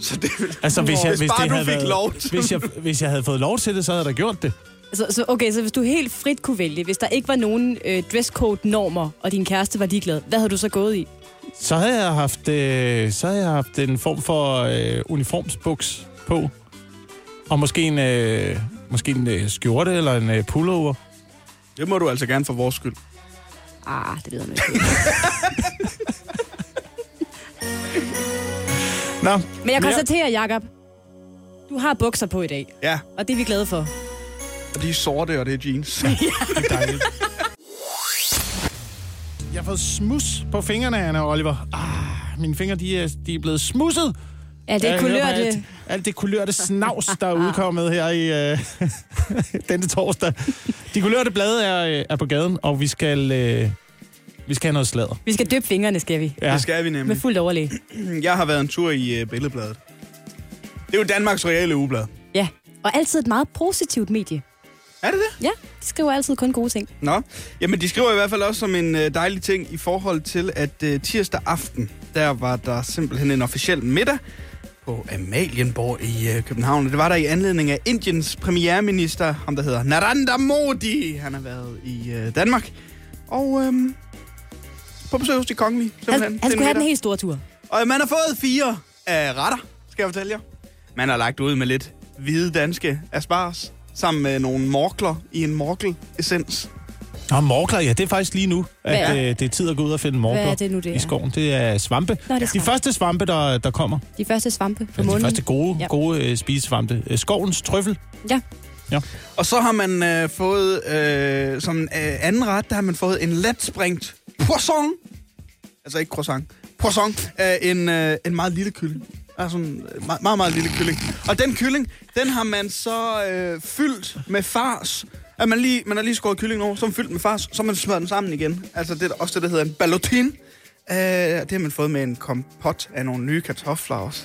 Så det vil...
Altså, hvis jeg,
Hvis
hvis
bare
det
du
havde
fik
været,
lov til-
hvis, jeg, hvis jeg havde fået lov til det, så havde jeg da gjort det.
Så, så, okay, så hvis du helt frit kunne vælge, hvis der ikke var nogen øh, dresscode-normer, og din kæreste var ligeglad, hvad havde du så gået i?
Så havde jeg haft, øh, så havde jeg haft en form for øh, uniformsbuks på. Og måske en, øh, måske en øh, skjorte eller en øh, pullover.
Det må du altså gerne for vores skyld.
Ah, det ved jeg nu ikke.
Nå,
Men jeg konstaterer, Jakob, du har bukser på i dag,
Ja,
og det er vi glade for.
og de er sorte, og det er jeans.
dejligt. Jeg har fået smus på fingrene, Anna og Oliver. Ah, mine fingre, de er, de er blevet smusset.
Ja, det er øh,
Jeg hører
kulør,
på Alt,
det...
alt det kulørte snavs, der er udkommet her i øh, denne torsdag. De kulørte blade er, øh, er på gaden, og vi skal, øh, vi skal have noget sladder.
Vi skal døbe fingrene, skal vi.
Ja.
Det skal vi
Med
nemlig.
fuldt overlæg.
Jeg har været en tur i uh, Billedbladet. Det er jo Danmarks reelle ugeblad.
Ja, og altid et meget positivt medie.
Er det det?
Ja, de skriver altid kun gode ting.
Nå. Jamen, de skriver i hvert fald også som en uh, dejlig ting i forhold til, at uh, tirsdag aften, der var der simpelthen en officiel middag på Amalienborg i uh, København. Og Det var der i anledning af Indiens premierminister, ham der hedder Narendra Modi. Han har været i uh, Danmark. Og øhm, på besøg hos de kongelige,
Han,
simpelthen.
han
til en
skulle have den
middag.
helt store tur.
Og man har fået fire af retter, skal jeg fortælle jer. Man har lagt ud med lidt hvide danske asparges, sammen med nogle morkler i en morkel-essens.
Nå, morkler, ja, det er faktisk lige nu, at
Hvad
øh,
er-
det er tid at gå ud og finde morkler
Hvad er det nu, det
i
er?
skoven. Det er svampe.
Nå, det er
de
svampe.
første svampe, der, der kommer.
De første svampe på
Altså, de
måneden.
første gode,
Ja.
gode øh, spisesvampe. Øh, Skovens trøffel.
Ja,
Og så har man øh, fået, øh, som øh, anden ret, der har man fået en let sprængt poisson. Altså ikke croissant. Poisson af en, øh, en meget lille kylling. Altså en øh, meget, meget, meget lille kylling. Og den kylling, den har man så øh, fyldt med fars. At man, lige, man har lige skåret kyllingen over, så er man fyldt med fars, så har man smører den sammen igen. Altså det er også det, der hedder en ballotin. Øh, det har man fået med en kompot af nogle nye kartofler også.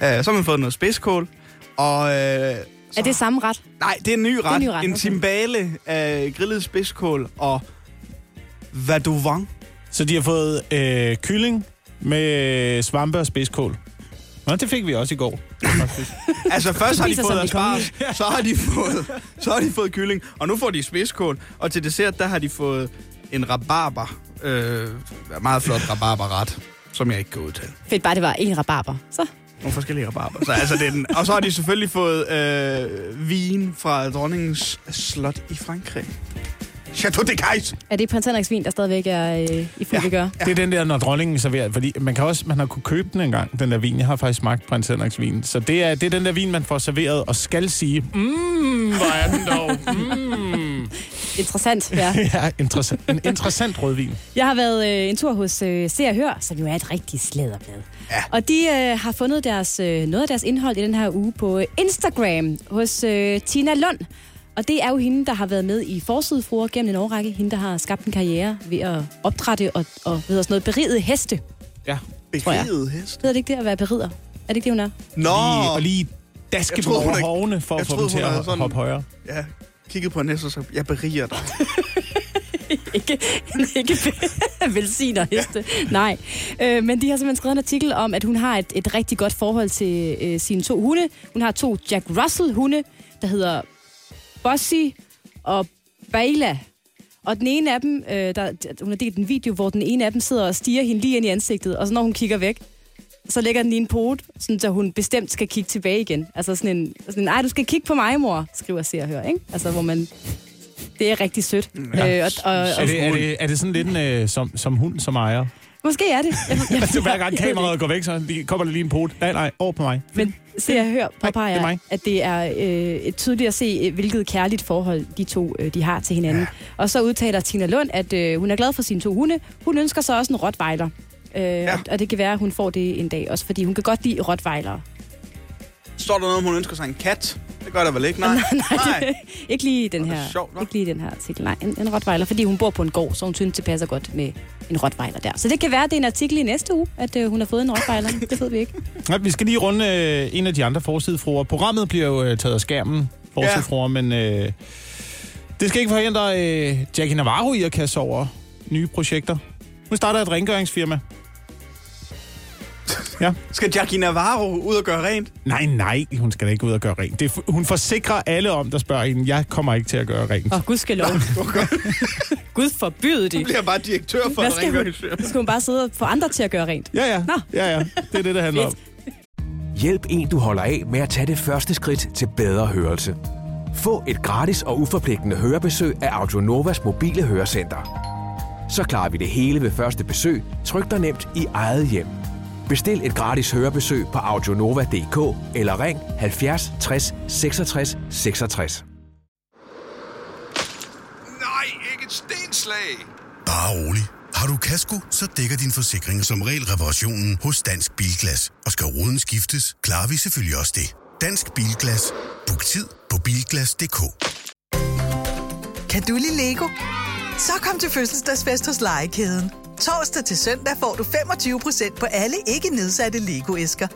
Ja. Øh, så har man fået noget spidskål. Og øh,
er det samme ret?
Nej, det er en ny ret.
en ny ret,
en
okay.
timbale af grillet spidskål og Hvad du vang?
Så de har fået øh, kylling med svampe og spidskål. Nå, det fik vi også i går.
Altså først har de
Spiser som
fået
de
asparges, så har de fået, så har de fået kylling, og nu får de spidskål, og til dessert der har de fået en rabarber, øh, meget flot rabarberret, som jeg ikke kan udtale.
Fedt bare, det var en rabarber. Så.
Nogle forskellige rabarber. Så, altså, det er den. Og så har de selvfølgelig fået øh, vin fra dronningens slot i Frankrig. Chateau de Kajs.
Er det prins Henriks vin, der stadigvæk er øh, i fuld ja.
Ja. Det er den der, når dronningen serverer. Fordi man, kan også, man har kunne købe den engang, den der vin. Jeg har faktisk smagt prins Henriks vin. Så det er, det er den der vin, man får serveret og skal sige, mmm, hvor er den dog. Mm.
Interessant, ja.
ja, interessant, en interessant rødvin.
Jeg har været øh, en tur hos øh, Se og Hør, som jo er et rigtigt slæderblad. Ja. Og de øh, har fundet deres, øh, noget af deres indhold i den her uge på øh, Instagram hos øh, Tina Lund. Og det er jo hende, der har været med i Forsidefruer gennem en årrække. Hende, der har skabt en karriere ved at opdrætte og, og ved sådan noget, berigede heste.
Ja.
Beriget hest.
Hedder det ikke det at være berider? Er det ikke det, hun er?
Nå,
Lige, og lige daske
Jeg
dem
troede, hun
over
ikke-
hovene for at
jeg
få dem
troede,
til
hun
at
havde sådan-
hoppe højere.
ja, kiggede på en hest og sagde, jeg beriger dig.
ikke, ikke velsigner heste. Nej. Øh, men de har simpelthen skrevet en artikel om, at hun har et, et rigtig godt forhold til øh, sine to hunde. Hun har to Jack Russell-hunde, der hedder Bossy og Bala. Og den ene af dem, øh, der, hun har delt en video, hvor den ene af dem sidder og stiger hende lige ind i ansigtet, og så når hun kigger væk, så lægger den i en pote, sådan, så hun bestemt skal kigge tilbage igen. Altså sådan en, sådan en ej, du skal kigge på mig, mor, skriver Se og Hør, ikke? Altså, hvor man... Det er rigtig sødt. Ja, øh, og, og,
Er det, er, det, er det sådan lidt en, øh, som, som hund, som ejer?
Måske er det. Jeg, jeg,
Altså, hver gang
jeg ved det
kameraet går væk, så lige- kommer der lige en pot. Nej, nej, over på mig.
ikke. Men se jeg hører
Nej, det er
påpeger,
mig.
at det er øh, et tydeligt at se, øh, hvilket kærligt forhold de to øh, de har til hinanden. Ja. Og så udtaler Tina Lund, at øh, hun er glad for sine to hunde. Hun ønsker så også en rottweiler. Øh, ja. og, og det kan være, at hun får det en dag også, fordi hun kan godt lide rottweilere.
Står der noget om, hun ønsker sig en kat? Det gør der vel ikke, nej. nej.
Ikke lige i den
Nå, det er
her,
sjovt, hva'?
ikke lige i den her artikel. Nej, en, en rottweiler, fordi hun bor på en gård, så hun synes, det passer godt med en rottweiler der. Så det kan være, at det er en artikel i næste uge, at øh, hun har fået en rottweiler. det ved vi ikke.
Ja, vi skal lige runde øh, en af de andre forsidefruer. Programmet bliver jo øh, taget af skærmen, forsidefruer, ja. men øh, det skal ikke forhindre øh, Jackie Navarro i at kaste over nye projekter. Nu starter et rengøringsfirma. Ja.
Skal Jackie Navarro ud og gøre rent?
Nej, nej, hun skal da ikke ud og gøre rent. Det, er fu- hun forsikrer alle om, der spørger hende, jeg kommer ikke til at gøre rent.
Og gud skal lov. gud forbyde det.
Bliver bare direktør for
Hvad
et
skal hun?
rengøringsfirma.
Så skal hun bare sidde og få andre til at gøre rent.
Ja, ja.
Nå.
ja, ja. Det er det, det handler om.
Hjælp en, du holder af med at tage det første skridt til bedre hørelse. Få et gratis og uforpligtende hørebesøg af Audionovas mobile hørecenter. Så klarer vi det hele ved første besøg, trygt og nemt i eget hjem. Bestil et gratis hørebesøg på audionova.dk eller ring 70 60 66 66.
Nej, ikke et stenslag!
Bare rolig. Har du kasko, så dækker din forsikring som regel reparationen hos Dansk Bilglas. Og skal ruden skiftes, klarer vi selvfølgelig også det. Dansk Bilglas. Book tid på bilglas.dk.
Kan du lide Lego? Så kom til fødselsdagsfest hos Legekæden. Torsdag til søndag får du 25% på alle ikke nedsatte Lego-æsker.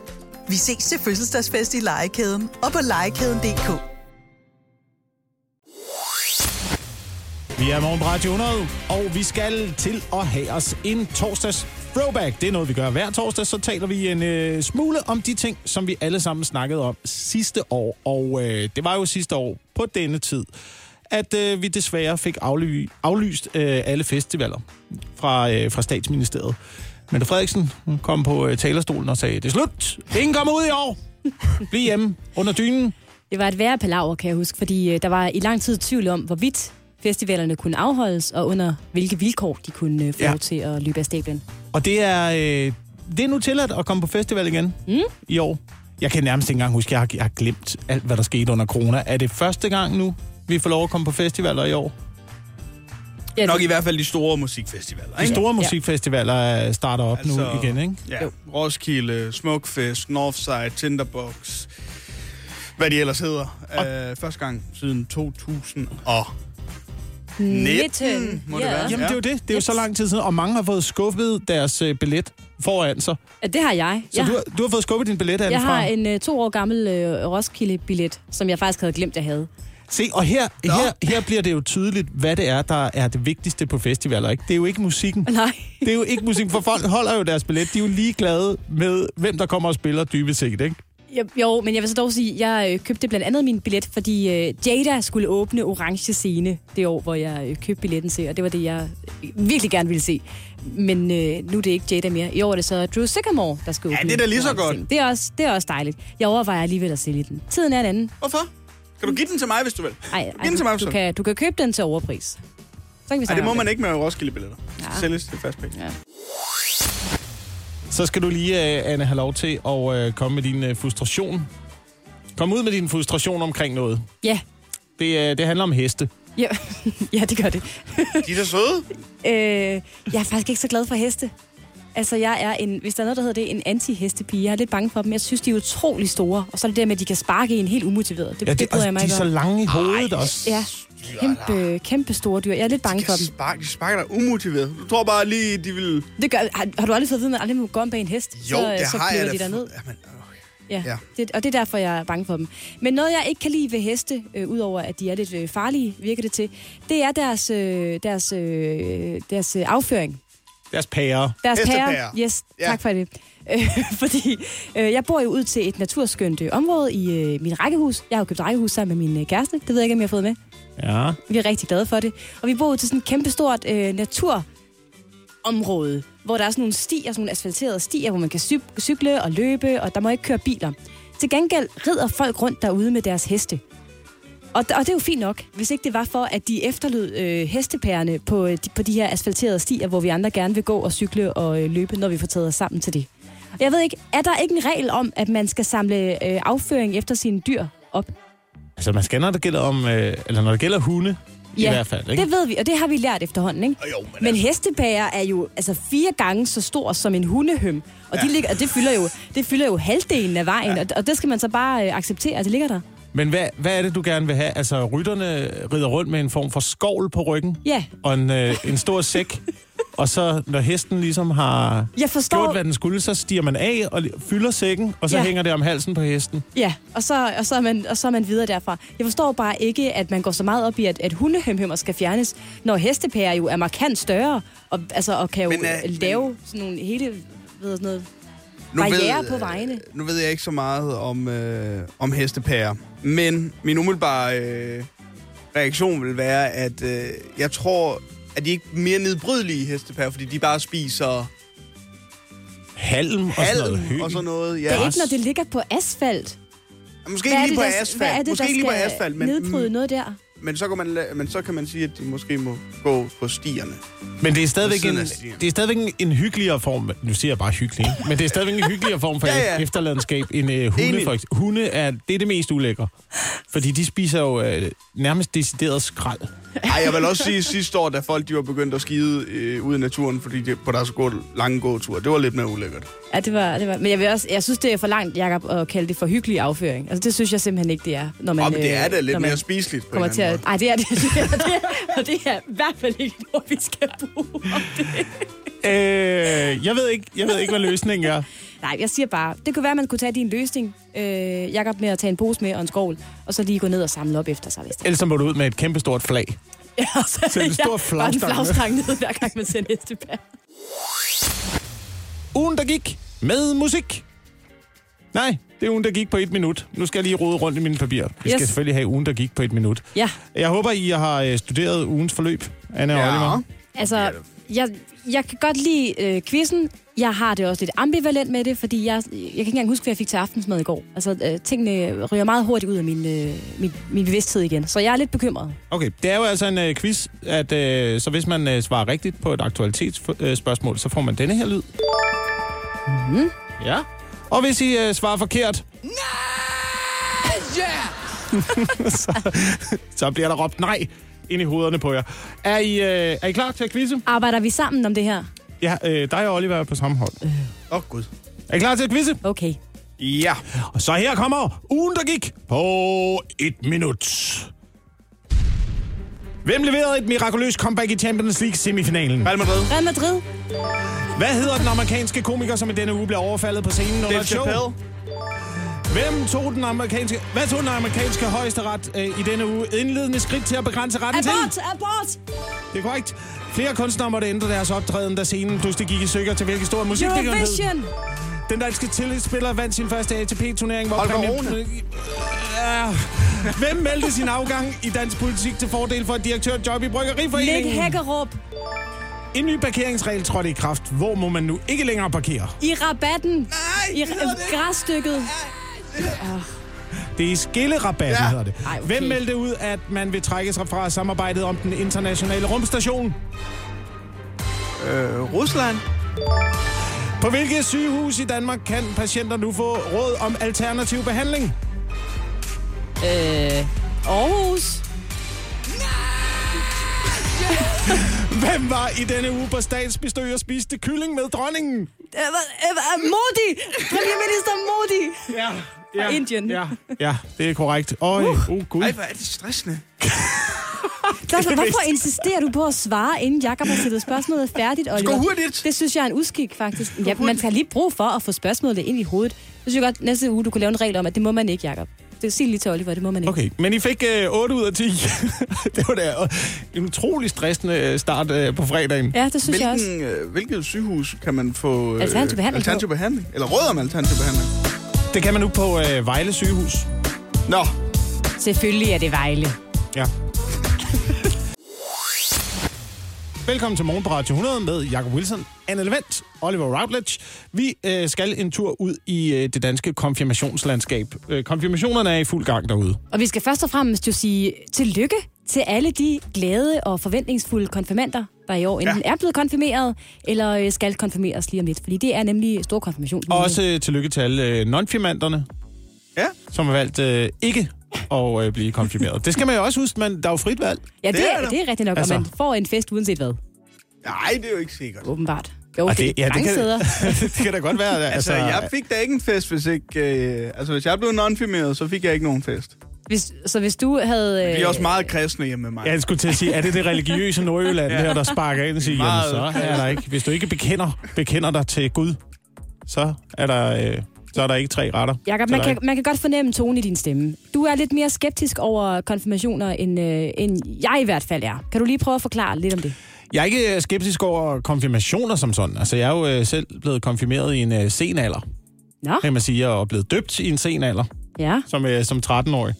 Vi ses til fødselsdagsfest i Legekæden og på legekæden.dk.
Vi er morgen på Radio 100, og vi skal til at have os en torsdags throwback. Det er noget, vi gør hver torsdag. Så taler vi en øh, smule om de ting, som vi alle sammen snakkede om sidste år. Og øh, det var jo sidste år på denne tid, at øh, vi desværre fik afly- aflyst øh, alle festivaler fra, øh, fra statsministeriet. Mette Frederiksen hun kom på øh, talerstolen og sagde, det er slut. Ingen kommer ud i år. Bliv hjemme under dynen.
Det var et værre palaver, kan jeg huske, fordi øh, der var i lang tid tvivl om, hvorvidt festivalerne kunne afholdes, og under hvilke vilkår de kunne øh, få
Ja.
ja. til at løbe af stablen.
Og det er, øh, det er nu tilladt at komme på festival igen mm. i år. Jeg kan nærmest ikke engang huske, jeg har, jeg har glemt alt, hvad der skete under corona. Er det første gang nu, vi får lov at komme på festivaler i år?
Ja,
Nok
det,
i hvert fald de store musikfestivaler,
De
ikke?
store
Ja.
musikfestivaler øh, starter op altså... nu
Altså-
igen, ikke?
Ja, Roskilde, Smukfest, Northside, Tinderbox, hvad de ellers hedder. Øh, første gang siden 2019, må det
Ja.
være.
Jamen, det er jo det. Det er jo så lang tid siden, og mange har fået skuffet deres øh, billet foran sig.
Ja, det har jeg.
Så
jeg,
du, har, du har fået skuffet din billet, Anne,
jeg
fra...
har en øh, to år gammel øh, Roskilde-billet, som jeg faktisk havde glemt, jeg havde.
Se, og her, her, her bliver det jo tydeligt, hvad det er, der er det vigtigste på festivaler. Ikke? Det er jo ikke musikken.
Nej.
Det er jo ikke musikken, for folk holder jo deres billet. De er jo ligeglade med, hvem der kommer og spiller dybest set. Ikke?
Jo, jo, men jeg vil så dog sige, at jeg øh, købte blandt andet min billet, fordi øh, Jada skulle åbne Orange Scene det år, hvor jeg øh, købte billetten til, og det var det, jeg øh, virkelig gerne ville se. Men øh, nu er det ikke Jada mere. I år er det så Drew Sycamore, der skal åbne.
det er da lige så
Orange
godt.
Scene. Det er, også, det er også dejligt. Jeg overvejer alligevel at sælge den. Tiden er en anden.
Hvorfor? Kan du give den til mig, hvis du vil?
Ej,
Giv den til mig,
ej,
hvis
du,
du vil.
kan, du kan købe den til overpris. Så kan vi
Ej, det
snakke
må
om
man ikke med Roskilde-billetter. Ja.
Ja.
Sælges til fast penge. Ja.
Så skal du lige, øh, Anne, have lov til at øh, komme med din øh, frustration. Kom ud med din frustration omkring noget.
Ja,
Det, øh, det handler om heste.
ja, ja det gør det.
De er så søde.
Øh, jeg er faktisk ikke så glad for heste. Altså, jeg er en, hvis der er noget, der hedder det, en anti-hestepige. Jeg er lidt bange for dem. Jeg synes, de er utrolig store. Og så er det der med, at de kan sparke en helt umotiveret. Det, det, det bryder
altså,
jeg mig
de er
ikke
så
om.
lange i hovedet Ej. også.
Ja, kæmpe, kæmpe store dyr. Jeg er lidt bange for
Jeg
dem.
sparker, de sparker dig umotiveret. Du tror bare lige, de vil...
Det gør, har, har du aldrig fået at vide, at man aldrig må gå om bag en hest?
Jo,
så, øh,
det
så
har
piver
jeg
de
da.
dig ned.
fu- Jamen, øh, okay.
Ja,
Ja.
ja. Det, og det er derfor, jeg er bange for dem. Men noget, jeg ikke kan lide ved heste, øh, udover at de er lidt øh, farlige, virker det til, det er deres, øh, deres, øh, deres øh, afføring.
Deres pære.
Deres
Hestepærer.
pærer. Yes,
Ja.
ja. tak for det. Øh, Fordi øh, jeg bor jo ud til et naturskønt øh, område i øh, min rækkehus. Jeg har jo købt rækkehus sammen med min øh, kæreste. Det ved jeg ikke, om jeg har fået med.
Ja.
Vi er rigtig glade for det. Og vi bor ud til sådan et kæmpestort øh, naturområde, hvor der er sådan nogle stier, sådan nogle asfalterede stier, hvor man kan cyk- cykle og løbe, og der må ikke køre biler. Til gengæld rider folk rundt derude med deres heste. Og, og det er jo fint nok, hvis ikke det var for, at de efterlod øh, hestepærerne på, øh, de, på de her asfalterede stier, hvor vi andre gerne vil gå og cykle og øh, løbe, når vi får taget os sammen til det. Og jeg ved ikke, er der ikke en regel om, at man skal samle øh, afføring efter sine dyr op?
Altså, man skal, når det gælder, om, øh, eller når det gælder hunde, ja. i hvert fald. Ikke?
det ved vi, og det har vi lært efterhånden, ikke?
Jo, men,
Men altså... hestepærer er jo altså fire gange så stor som en hundehøm. Og, ja. de ligger, og det, fylder jo, det fylder jo halvdelen af vejen, ja. og, og det skal man så bare øh, acceptere, at det ligger der.
Men hvad, hvad er det, du gerne vil have? Altså, rytterne rider rundt med en form for skovl på ryggen.
Ja.
Og en, øh, en stor sæk. og så, når hesten ligesom har
Jeg
gjort,
forstår...
hvad den skulle, så stiger man af og li- fylder sækken, og så ja.
Ja.
hænger det om halsen på hesten.
Ja, og så, og, så er man, og så er man videre derfra. Jeg forstår bare ikke, at man går så meget op i, at, at hundehømhømmer skal fjernes, når hestepærer jo er markant større, og, altså, og kan jo
Men,
men,
øh,
uh, lave sådan nogle hele... Ved sådan noget. Barriere på vejene.
Nu ved jeg ikke så meget om, øh, om hestepærer, men min umiddelbare øh, reaktion vil være, at øh, jeg tror, at de ikke er mere nedbrydelige hestepærer, fordi de bare spiser
Halm og sådan noget hø.
halm og sådan noget.
Det
Ja.
er ikke, når det ligger på asfalt.
Måske
Hvad
ikke
er
lige
det,
på
der- Hvad er
asfalt.
det,
Måske
der
ikke lige på
skal
asfalt, men, mm.
nedbryde noget der?
men, så kan man, la- men så kan man sige, at de måske må gå på stierne.
Men det er stadigvæk,
Ved
en,
siden af stigen.
det er stadigvæk en, en hyggeligere form. Nu siger jeg bare hyggelig, ikke? men det er stadigvæk en hyggeligere form for
Ja,
ja,
ja.
ja. efterladenskab end øh, hunde.
Enig.
For eksempel. hunde er det, er det mest ulækre. Fordi de spiser jo øh, nærmest decideret skrald.
Ej, jeg vil også sige, at sidste år, da folk de var begyndt at skide øh, ude i naturen, fordi de, på deres gå, lange gåtur, det var lidt mere ulækkert.
Ja, det var, det var. Men jeg, vil også, jeg synes, det er for langt, Jacob, at kalde det for hyggelig afføring. Altså, det synes jeg simpelthen ikke, det er. Når man,
Ah, Men, Om det er
øh,
da lidt
når man
mere spiseligt på en
kommer
eller
til
anden måde.
at... Ej, det er det. det, er, det er, og det er i hvert fald ikke noget, vi skal bruge.
Øh, jeg, ved ikke, jeg ved ikke, hvad løsningen er.
Nej, jeg siger bare, det kunne være, at man kunne tage din løsning, øh, Jacob, med at tage en pose med og en skål, og så lige gå ned og samle op efter sig, hvis det
Ellers så må du ud med et kæmpestort flag.
Ja, og så
Sæt en stor
bare
flagstang med.
en flagstang ned, hver gang man ser næste bær.
Ugen, der gik med musik. Nej, det er ugen, der gik på et minut. Nu skal jeg lige rode rundt i mine papirer. Vi yes. skal
Yes.
selvfølgelig have ugen, der gik på et minut.
Ja,
Jeg håber, I har øh, studeret ugens forløb, Anna og Oliver.
altså, jeg, jeg kan godt lide øh, quizzen. Jeg har det også lidt ambivalent med det, fordi jeg, jeg kan ikke engang huske, hvad jeg fik til aftensmad i går. Altså, øh, tingene ryger meget hurtigt ud af min, øh, min, min bevidsthed igen, så jeg er lidt bekymret.
Okay, det er jo altså en øh, quiz, at øh, så hvis man øh, svarer rigtigt på et aktualitetsspørgsmål, øh, spørgsmål, så får man denne her lyd. Mm-hmm. Ja. Og hvis I øh, svarer forkert... Mm-hmm. Nej! Yeah! så, så bliver der råbt nej ind i hovederne på jer. Er I, øh, er I klar til at quizze?
Arbejder vi sammen om det her?
Ja, øh, dig og Oliver er på samme hold.
Åh, oh, gud.
Er I klar til at quizze?
Okay.
Ja.
Og så her kommer ugen, der gik på et minut. Hvem leverede et mirakuløst comeback i Champions League semifinalen?
Real Madrid.
Real Madrid,
Hvad hedder den amerikanske komiker, som i denne uge blev overfaldet på scenen under
Dave
et show?
Chappelle.
Hvem tog den amerikanske, hvad tog den amerikanske højesteret øh, i denne uge? Indledende skridt til at begrænse retten til.
Abort! Abort!
Det er korrekt. Flere kunstnere måtte ændre deres optræden, da scenen pludselig gik i stykker til hvilken stor musik det
Eurovision!
Den danske tillidsspiller vandt sin første ATP-turnering, hvor
Holger
præmien-
Rune.
Ja. Hvem meldte sin afgang i dansk politik til fordel for et direktørjob i
Nick
Bryggeriforeningen?
Hækkerup
En ny parkeringsregel trådte i kraft. Hvor må man nu ikke længere parkere?
i rabatten. I græsstykket.
Det er skillerabatten, ja. hedder det.
Ej, okay.
Hvem meldte ud, at man vil trække sig fra samarbejdet om den internationale rumstation?
Øh, Rusland.
På hvilke sygehus i Danmark kan patienter nu få råd om alternativ behandling?
Øh, Aarhus.
Hvem var i denne uge på statsbestøg og spiste kylling med dronningen?
Øh, hvad- øh, hvad- Modi! Premierminister Modi!
Ja.
Og Indien.
Ja, ja, det er korrekt. Øj, uh. oh, gud.
Ej, hvor er det stressende.
Derfor, hvorfor insisterer du på at svare, inden Jakob har stillet spørgsmålet færdigt, Oliver?
Gå hurtigt!
Det synes jeg er en uskik, faktisk. Ja, man skal lige brug for at få spørgsmålet ind i hovedet. Det synes jeg godt, næste uge, du kan lave en regel om, at det må man ikke, Jakob. Det sig lige til Oliver, det må man ikke.
Okay, men I fik øh, 8 ud af 10. det var da en utrolig stressende øh, start øh, på fredagen.
Ja, det synes jeg også.
Hvilken, øh, hvilket sygehus kan man få øh,
Alternativ behandling på?
alternativ behandling? Eller råd om alternativ behandling?
Det kan man nu på øh, Vejle sygehus.
Nå,
Selvfølgelig er det Vejle.
Ja. Velkommen til Morgen på Radio 100 med Jakob Wilson, Anne Levent, Oliver Routledge. Vi øh, skal en tur ud i øh, det danske konfirmationslandskab. Øh, konfirmationerne er i fuld gang derude.
Og vi skal først og fremmest jo sige tillykke til alle de glade og forventningsfulde konfirmander, der i år enten ja. er blevet konfirmeret, eller øh, skal konfirmeres lige om lidt. Fordi det er nemlig stor konfirmation.
Og også øh, tillykke til alle øh, nonfirmanderne,
Ja.
som har valgt øh, ikke at øh, blive konfirmeret. Det skal man jo også huske, men der er jo frit valg.
ja, det,
det
det,
er
er,
der.
det er rigtigt nok,
Altså.
altså. og man får en fest uanset hvad,
nej, det er jo ikke sikkert.
åbenbart. Jo,
Og
det, det, ja,
det,
mange
kan,
steder.
det kan da godt være.
Altså, jeg fik da ikke en fest, hvis ikke... Øh, altså, hvis jeg blev nonfirmeret, så fik jeg ikke nogen fest.
Hvis, så hvis du havde... øh,
Vi er også meget kristne hjemme med mig.
Jeg skulle til at sige, er det det religiøse Nordjylland her, der sparker ind og siger,
Meget.
jamen, så er der ikke. Hvis du ikke bekender, bekender dig til Gud, så er der, øh, så er der ikke tre retter.
Jakob,
Så er
man
der
kan,
ikke-
man kan godt fornemme tonen i din stemme. Du er lidt mere skeptisk over konfirmationer, end, øh, end jeg i hvert fald er. Kan du lige prøve at forklare lidt om det?
Jeg er ikke øh, skeptisk over konfirmationer som sådan. Altså, jeg er jo øh, selv blevet konfirmeret i en øh, sen alder,
Nå,
kan man sige, og blevet døbt i en sen alder,
ja.
som, øh, som 13-årig.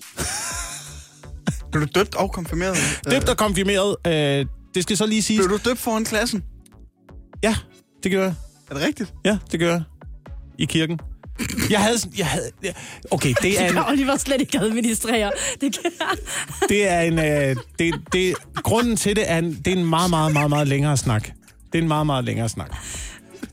Blev du døbt og konfirmeret?
Døbt og konfirmeret, øh, det skal så lige siges.
Blev du døbt foran klassen?
Ja, det gør jeg.
Er det rigtigt?
Ja, det gør jeg. I kirken. Jeg havde sådan, jeg havde, ja. okay, det er en,
Kan Oliver slet ikke administrere. Det kan...
det er en, øh, det, det, grunden til det er en, det er en meget, meget, meget, meget længere snak. Det er en meget, meget længere snak.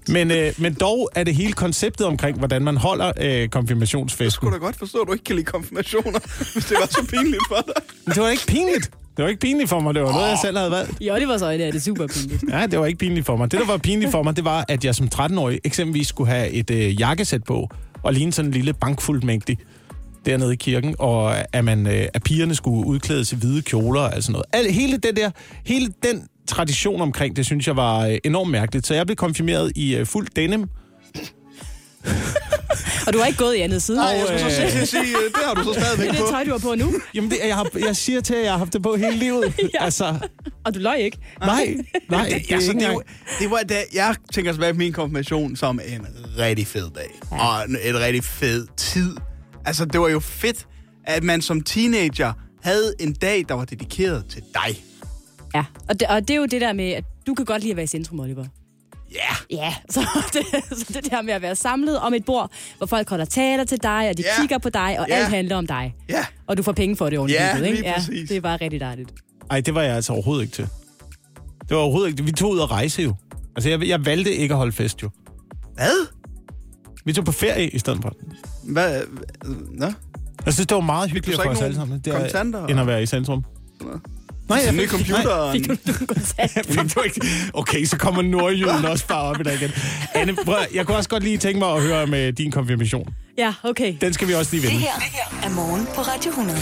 Men, øh, men dog er det hele konceptet omkring, hvordan man holder øh, konfirmationsfesten.
Kunne da godt forstå, at du ikke kan lide konfirmationer, hvis det var så pinligt for dig.
Men det var ikke pinligt. Det var ikke pinligt for mig. Det var noget, jeg selv havde valgt.
I Olivers øjne er det super pinligt.
Nej, det var ikke pinligt for mig. Det, der var pinligt for mig, det var, at jeg som 13-årig eksempelvis skulle have et øh, jakkesæt på, og ligne sådan en lille bankfuldmægtig dernede i kirken, og at, man, øh, at pigerne skulle udklædes i hvide kjoler og alt sådan noget. Al, hele, det der, hele den tradition omkring det, synes jeg var øh, enormt mærkeligt. Så jeg blev konfirmeret i øh, fuld denim.
Og du har ikke gået i andet siden.
Nej, jeg skulle så
øh,
sige, sige, øh, det har du så stadigvæk
Det er
på.
det tøj, du har på nu,
Jamen, det, jeg, har, jeg siger til, at jeg har haft det på hele livet. ja. Altså,
og du løj ikke.
nej, nej.
Det,
Det,
ja,
er
så
ikke
det, er
engang-
jo- det var da jeg tænker tilbage på min konfirmation som en rigtig fed dag. Ja. Og en, en rigtig fed tid. Altså, det var jo fedt, at man som teenager havde en dag, der var dedikeret til dig.
Ja, og det, og det er jo det der med, at du kan godt lide at være i centrum, Oliver.
Ja. Yeah.
Ja, så det, så det der med at være samlet om et bord, hvor folk holder taler til dig, og de
Ja.
kigger på dig, og
Ja.
alt handler om dig.
Ja.
Og du får penge for det ordentligt.
Ja,
ikke?
lige præcis.
det er bare rigtig dejligt.
Ej, det var jeg altså overhovedet ikke til. Det var overhovedet ikke. Vi tog ud og rejse jo. Altså, jeg, jeg valgte ikke at holde fest jo.
Hvad?
Vi tog på ferie i stedet for.
Hvad? Nå?
Jeg synes, det var meget
du
hyggeligt
så
for
ikke
os
nogen
alle sammen. Det er,
kontanter?
end at være i centrum. Nej,
Den nye computer.
Nej,
og en-
Fik du, du kontakt?
fik du ikke. Okay, så kommer nordjyden også bare op i dag igen. Anne, prøv, at- jeg kunne også godt lige tænke mig at høre med din konfirmation.
Ja, okay.
Den skal vi også lige
Det
vende.
her er morgen på Radio 100.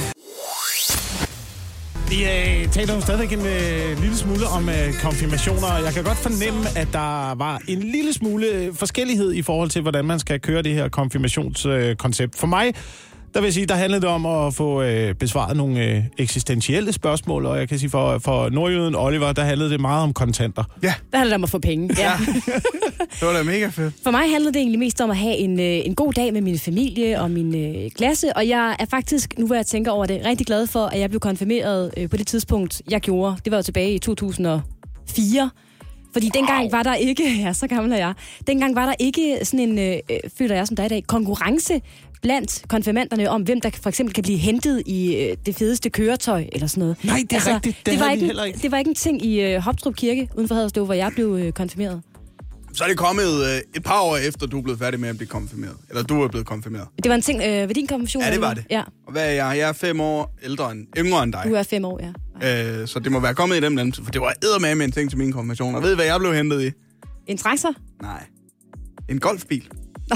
Vi øh, taler jo stadigvæk en øh, lille smule om øh, konfirmationer, og jeg kan godt fornemme, at der var en lille smule øh, forskellighed i forhold til, hvordan man skal køre det her konfirmationskoncept. Øh, koncept. For mig, der vil jeg sige, der handlede det om at få øh, besvaret nogle øh, eksistentielle spørgsmål, og jeg kan sige, for, for nordjyden Oliver, der handlede det meget om kontanter.
Der handler det om at få penge. Ja.
Det var da mega fedt.
For mig handlede det egentlig mest om at have en, øh, en god dag med min familie og min øh, klasse, og jeg er faktisk, nu hvor jeg tænker over det, rigtig glad for, at jeg blev konfirmeret øh, på det tidspunkt, jeg gjorde. Det var jo tilbage i 2004. Fordi dengang var der ikke, ja, så gammel er jeg, dengang var der ikke sådan en, øh, øh, føler jeg som der er i dag, konkurrence blandt konfirmanderne om, hvem der for eksempel kan blive hentet i øh, det fedeste køretøj eller sådan noget. Altså,
Nej, det er rigtigt. Det
det, var
havde vi
ikke,
heller ikke.
en- det var ikke en ting i øh, Hoptrup Kirke uden for Haderslev, hvor jeg blev øh, konfirmeret.
Så er det kommet øh, et par år efter, du er blevet færdig med at blive konfirmeret. Eller du er blevet konfirmeret.
Det var en ting øh, ved din konfirmation.
Ja, det
eller
var
hvad?
det.
Ja,
Og hvad er jeg? Jeg er fem år ældre end, yngre end dig.
du er fem år, ja.
Øh, så det må være kommet i den mellemtid, for det var eddermame en ting til min konfirmation. Og ved I, hvad jeg blev hentet i?
En traktor?
Nej. En golfbil.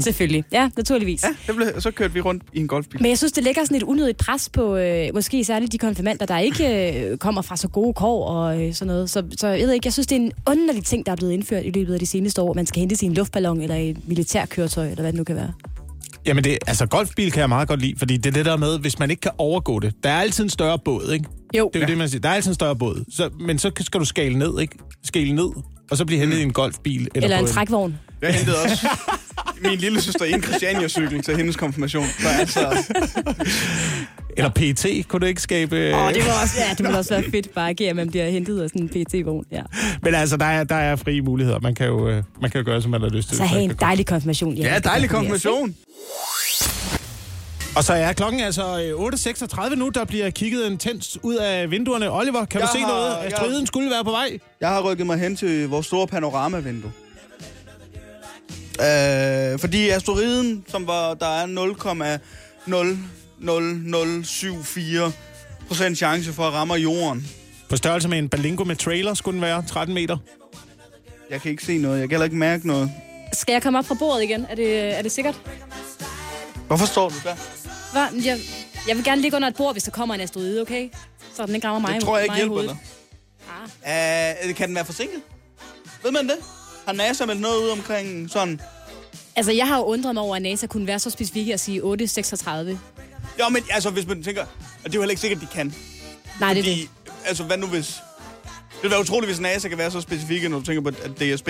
Selvfølgelig. Ja, naturligvis. Ja.
Ja, det blev, så kørte vi rundt i en golfbil.
Men jeg synes, det lægger sådan et unødigt pres på øh, måske særligt de konfirmander, der ikke øh, kommer fra så gode kår og øh, sådan noget. Så, så jeg ved ikke, jeg synes, det er en underlig ting, der er blevet indført i løbet af de seneste år. Man skal hente sin luftballon eller et militærkøretøj, eller hvad det nu kan være.
Jamen, det, altså golfbil kan jeg meget godt lide, fordi det er det der med, hvis man ikke kan overgå det. Der er altid en større båd, ikke?
Jo.
Det er jo det, man siger. Der er altid en større båd. Så, men så skal du skale ned, ikke? Skale ned, og så blive hentet i en golfbil. Eller,
Eller
på
en trækvogn.
Jeg hentede også min lille søster i en Christiania-cykel til hendes konfirmation. Så altså,
Eller PT kunne det ikke skabe... øh,
Åh, oh, det var også, ja, det ville også være fedt bare at agere, man bliver hentet af sådan en PT-vogn. Ja.
Men altså, der er, der er frie muligheder. Man kan jo øh, man kan jo gøre, som man har lyst til.
Så
hvis
have
man
en
ikke kan
dejlig konfirmation.
ja, dejlig konfirmation.
komme. Og så er klokken altså øh, 8.36 nu, der bliver kigget intens ud af vinduerne. Oliver, kan
Jeg
du se
har-
noget? At
jeg-
striden skulle være på vej.
Jeg har rykket mig hen til vores store panoramavindue. Øh, fordi asteroiden, som var, der er 0,00074 procent chance for at ramme jorden.
På størrelse med en balingo med trailer skulle den være 13 meter.
Jeg kan ikke se noget. Jeg kan heller ikke mærke noget.
Skal jeg komme op fra bordet igen? Er det, er det sikkert?
Hvorfor står du der?
Hva? Jeg, jeg vil gerne ligge under et bord, hvis der kommer en asteroide, okay? Så den ikke rammer mig
Det tror jeg ikke
mig i
hjælper
hovedet.
dig. Ah. Uh, kan den være forsinket? Ved man det? Har NASA meldt noget ud omkring sådan...
Altså, jeg har jo undret mig over, at NASA kunne være så specifik at sige 836.
Jo, men altså, hvis man tænker... Og det er jo heller ikke sikkert, de kan.
Nej, det er
Fordi,
det.
altså, hvad nu hvis... Det ville være utroligt, hvis NASA kan være så specifikke, når du tænker på, at DSB...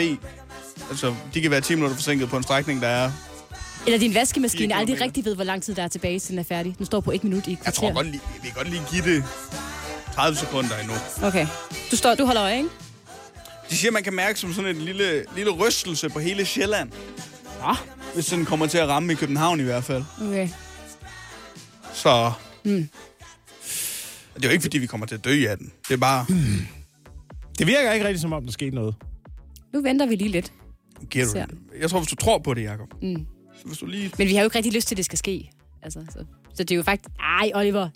Altså, de kan være 10 minutter forsinket på en strækning, der er...
Eller din
Fire
vaskemaskine aldrig
kilometer.
rigtig ved, hvor lang tid der er tilbage, til den er færdig. Den står på et minut i et
Jeg tror godt lige, vi kan godt lige give det 30 sekunder endnu.
Okay. Du, står, du holder øje, ikke?
De siger, man kan mærke som sådan en lille, lille rystelse på hele Sjælland. Ja. Hvis den kommer til at ramme i København i hvert fald.
Okay.
Så... Mm. Det er jo ikke, fordi vi kommer til at dø af den. Det er bare...
Mm.
Det virker ikke rigtig, som om der skete noget.
Nu venter vi lige lidt.
Giver du
Ser
det? Jeg tror, hvis du tror på det, Jacob. Mm. Så hvis du lige...
Men vi har jo ikke rigtig lyst til, at det skal ske. Altså, så, så det er jo faktisk... Ej, Oliver.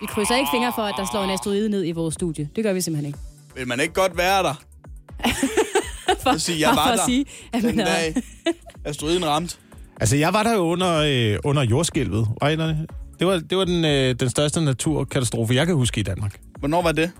Vi krydser ikke fingre for, at der slår en asteroide ned i vores studie. Det gør vi simpelthen ikke.
Vil man ikke godt være der?
For,
Så siger jeg
bare
var
for at
der
sige, at
den
man er...
dag, asteroiden ramte.
Altså, jeg var der jo under, øh, under jordskælvet. Regnerne. Det var, det var den, øh, den største naturkatastrofe, jeg kan huske i Danmark.
Hvornår var det?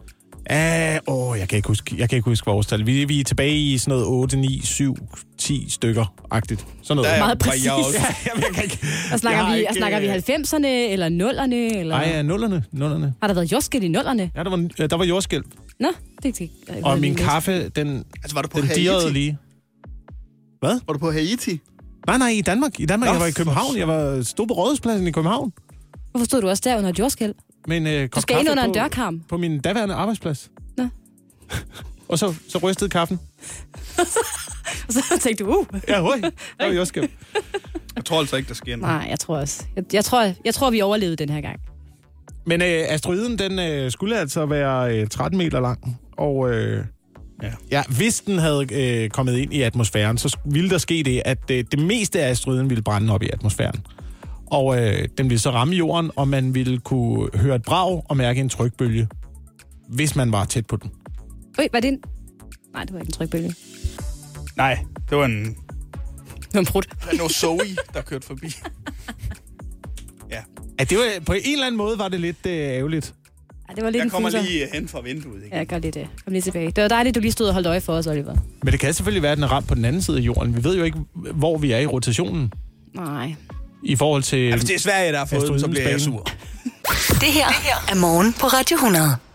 Ah, åh, jeg kan ikke huske, jeg kan ikke huske vores tal. Vi, vi er tilbage i sådan noget 8, 9, 7, 10 stykker-agtigt. Sådan noget.
Der er-
Meget
var
præcis.
jeg også.
Jamen, jeg kan ikke.
Og snakker,
Jeg har
vi,
ikke,
og snakker vi
øh,
90'erne, eller 0'erne, eller...
Nej, ja, nullerne, nullerne.
Har der været jordskæld i 0'erne?
Ja, der var, øh, der var jordskælv.
Nå, det er ikke...
Og min kaffe, den,
Altså, var du på
den dirrede
Haiti?
lige.
Var du på Haiti?
Nej, nej, i Danmark. I Danmark.
Nå,
Jeg var i København. Jeg var stod på Rådhuspladsen i København.
Hvorfor stod du også der under et jordskæld?
Men, øh,
Du skal ind under en dørkarm.
på min daværende arbejdsplads.
Nå.
og så, så rystede kaffen.
Og så tænkte du, uh.
Ja, høj. Der var jordskælv.
Jeg tror altså ikke, der sker noget.
Nej, jeg tror også. Jeg, jeg, tror, jeg tror, vi overlevede den her gang.
Men øh, asteroiden, den øh, skulle altså være øh, 13 meter lang. Og øh, ja. ja, hvis den havde øh, kommet ind i atmosfæren, så sk- ville der ske det, at øh, det meste af asteroiden ville brænde op i atmosfæren. Og øh, den ville så ramme jorden, og man ville kunne høre et brag og mærke en trykbølge, hvis man var tæt på den.
Øj, var det en... Nej, det var ikke en trykbølge.
Nej, det var en
Det var en brud.
Renault Zoe, der kørte forbi. Ja,
Ja, det var, på en eller anden måde var det lidt øh, ærgerligt.
Ja, det var lidt
Jeg
en
kommer
fuser.
lige hen fra vinduet, ikke?
Ja, gør lige det. Kom lige tilbage. Det var dejligt, du lige stod og holdt øje for os, Oliver.
Men det kan selvfølgelig være, at den er ramt på den anden side af jorden. Vi ved jo ikke, hvor vi er i rotationen
Nej.
i forhold til...
Ja, hvis det er Sverige, der har fået den, så bliver jeg
Asteroidens
sur.
Det her er morgen på Radio 100.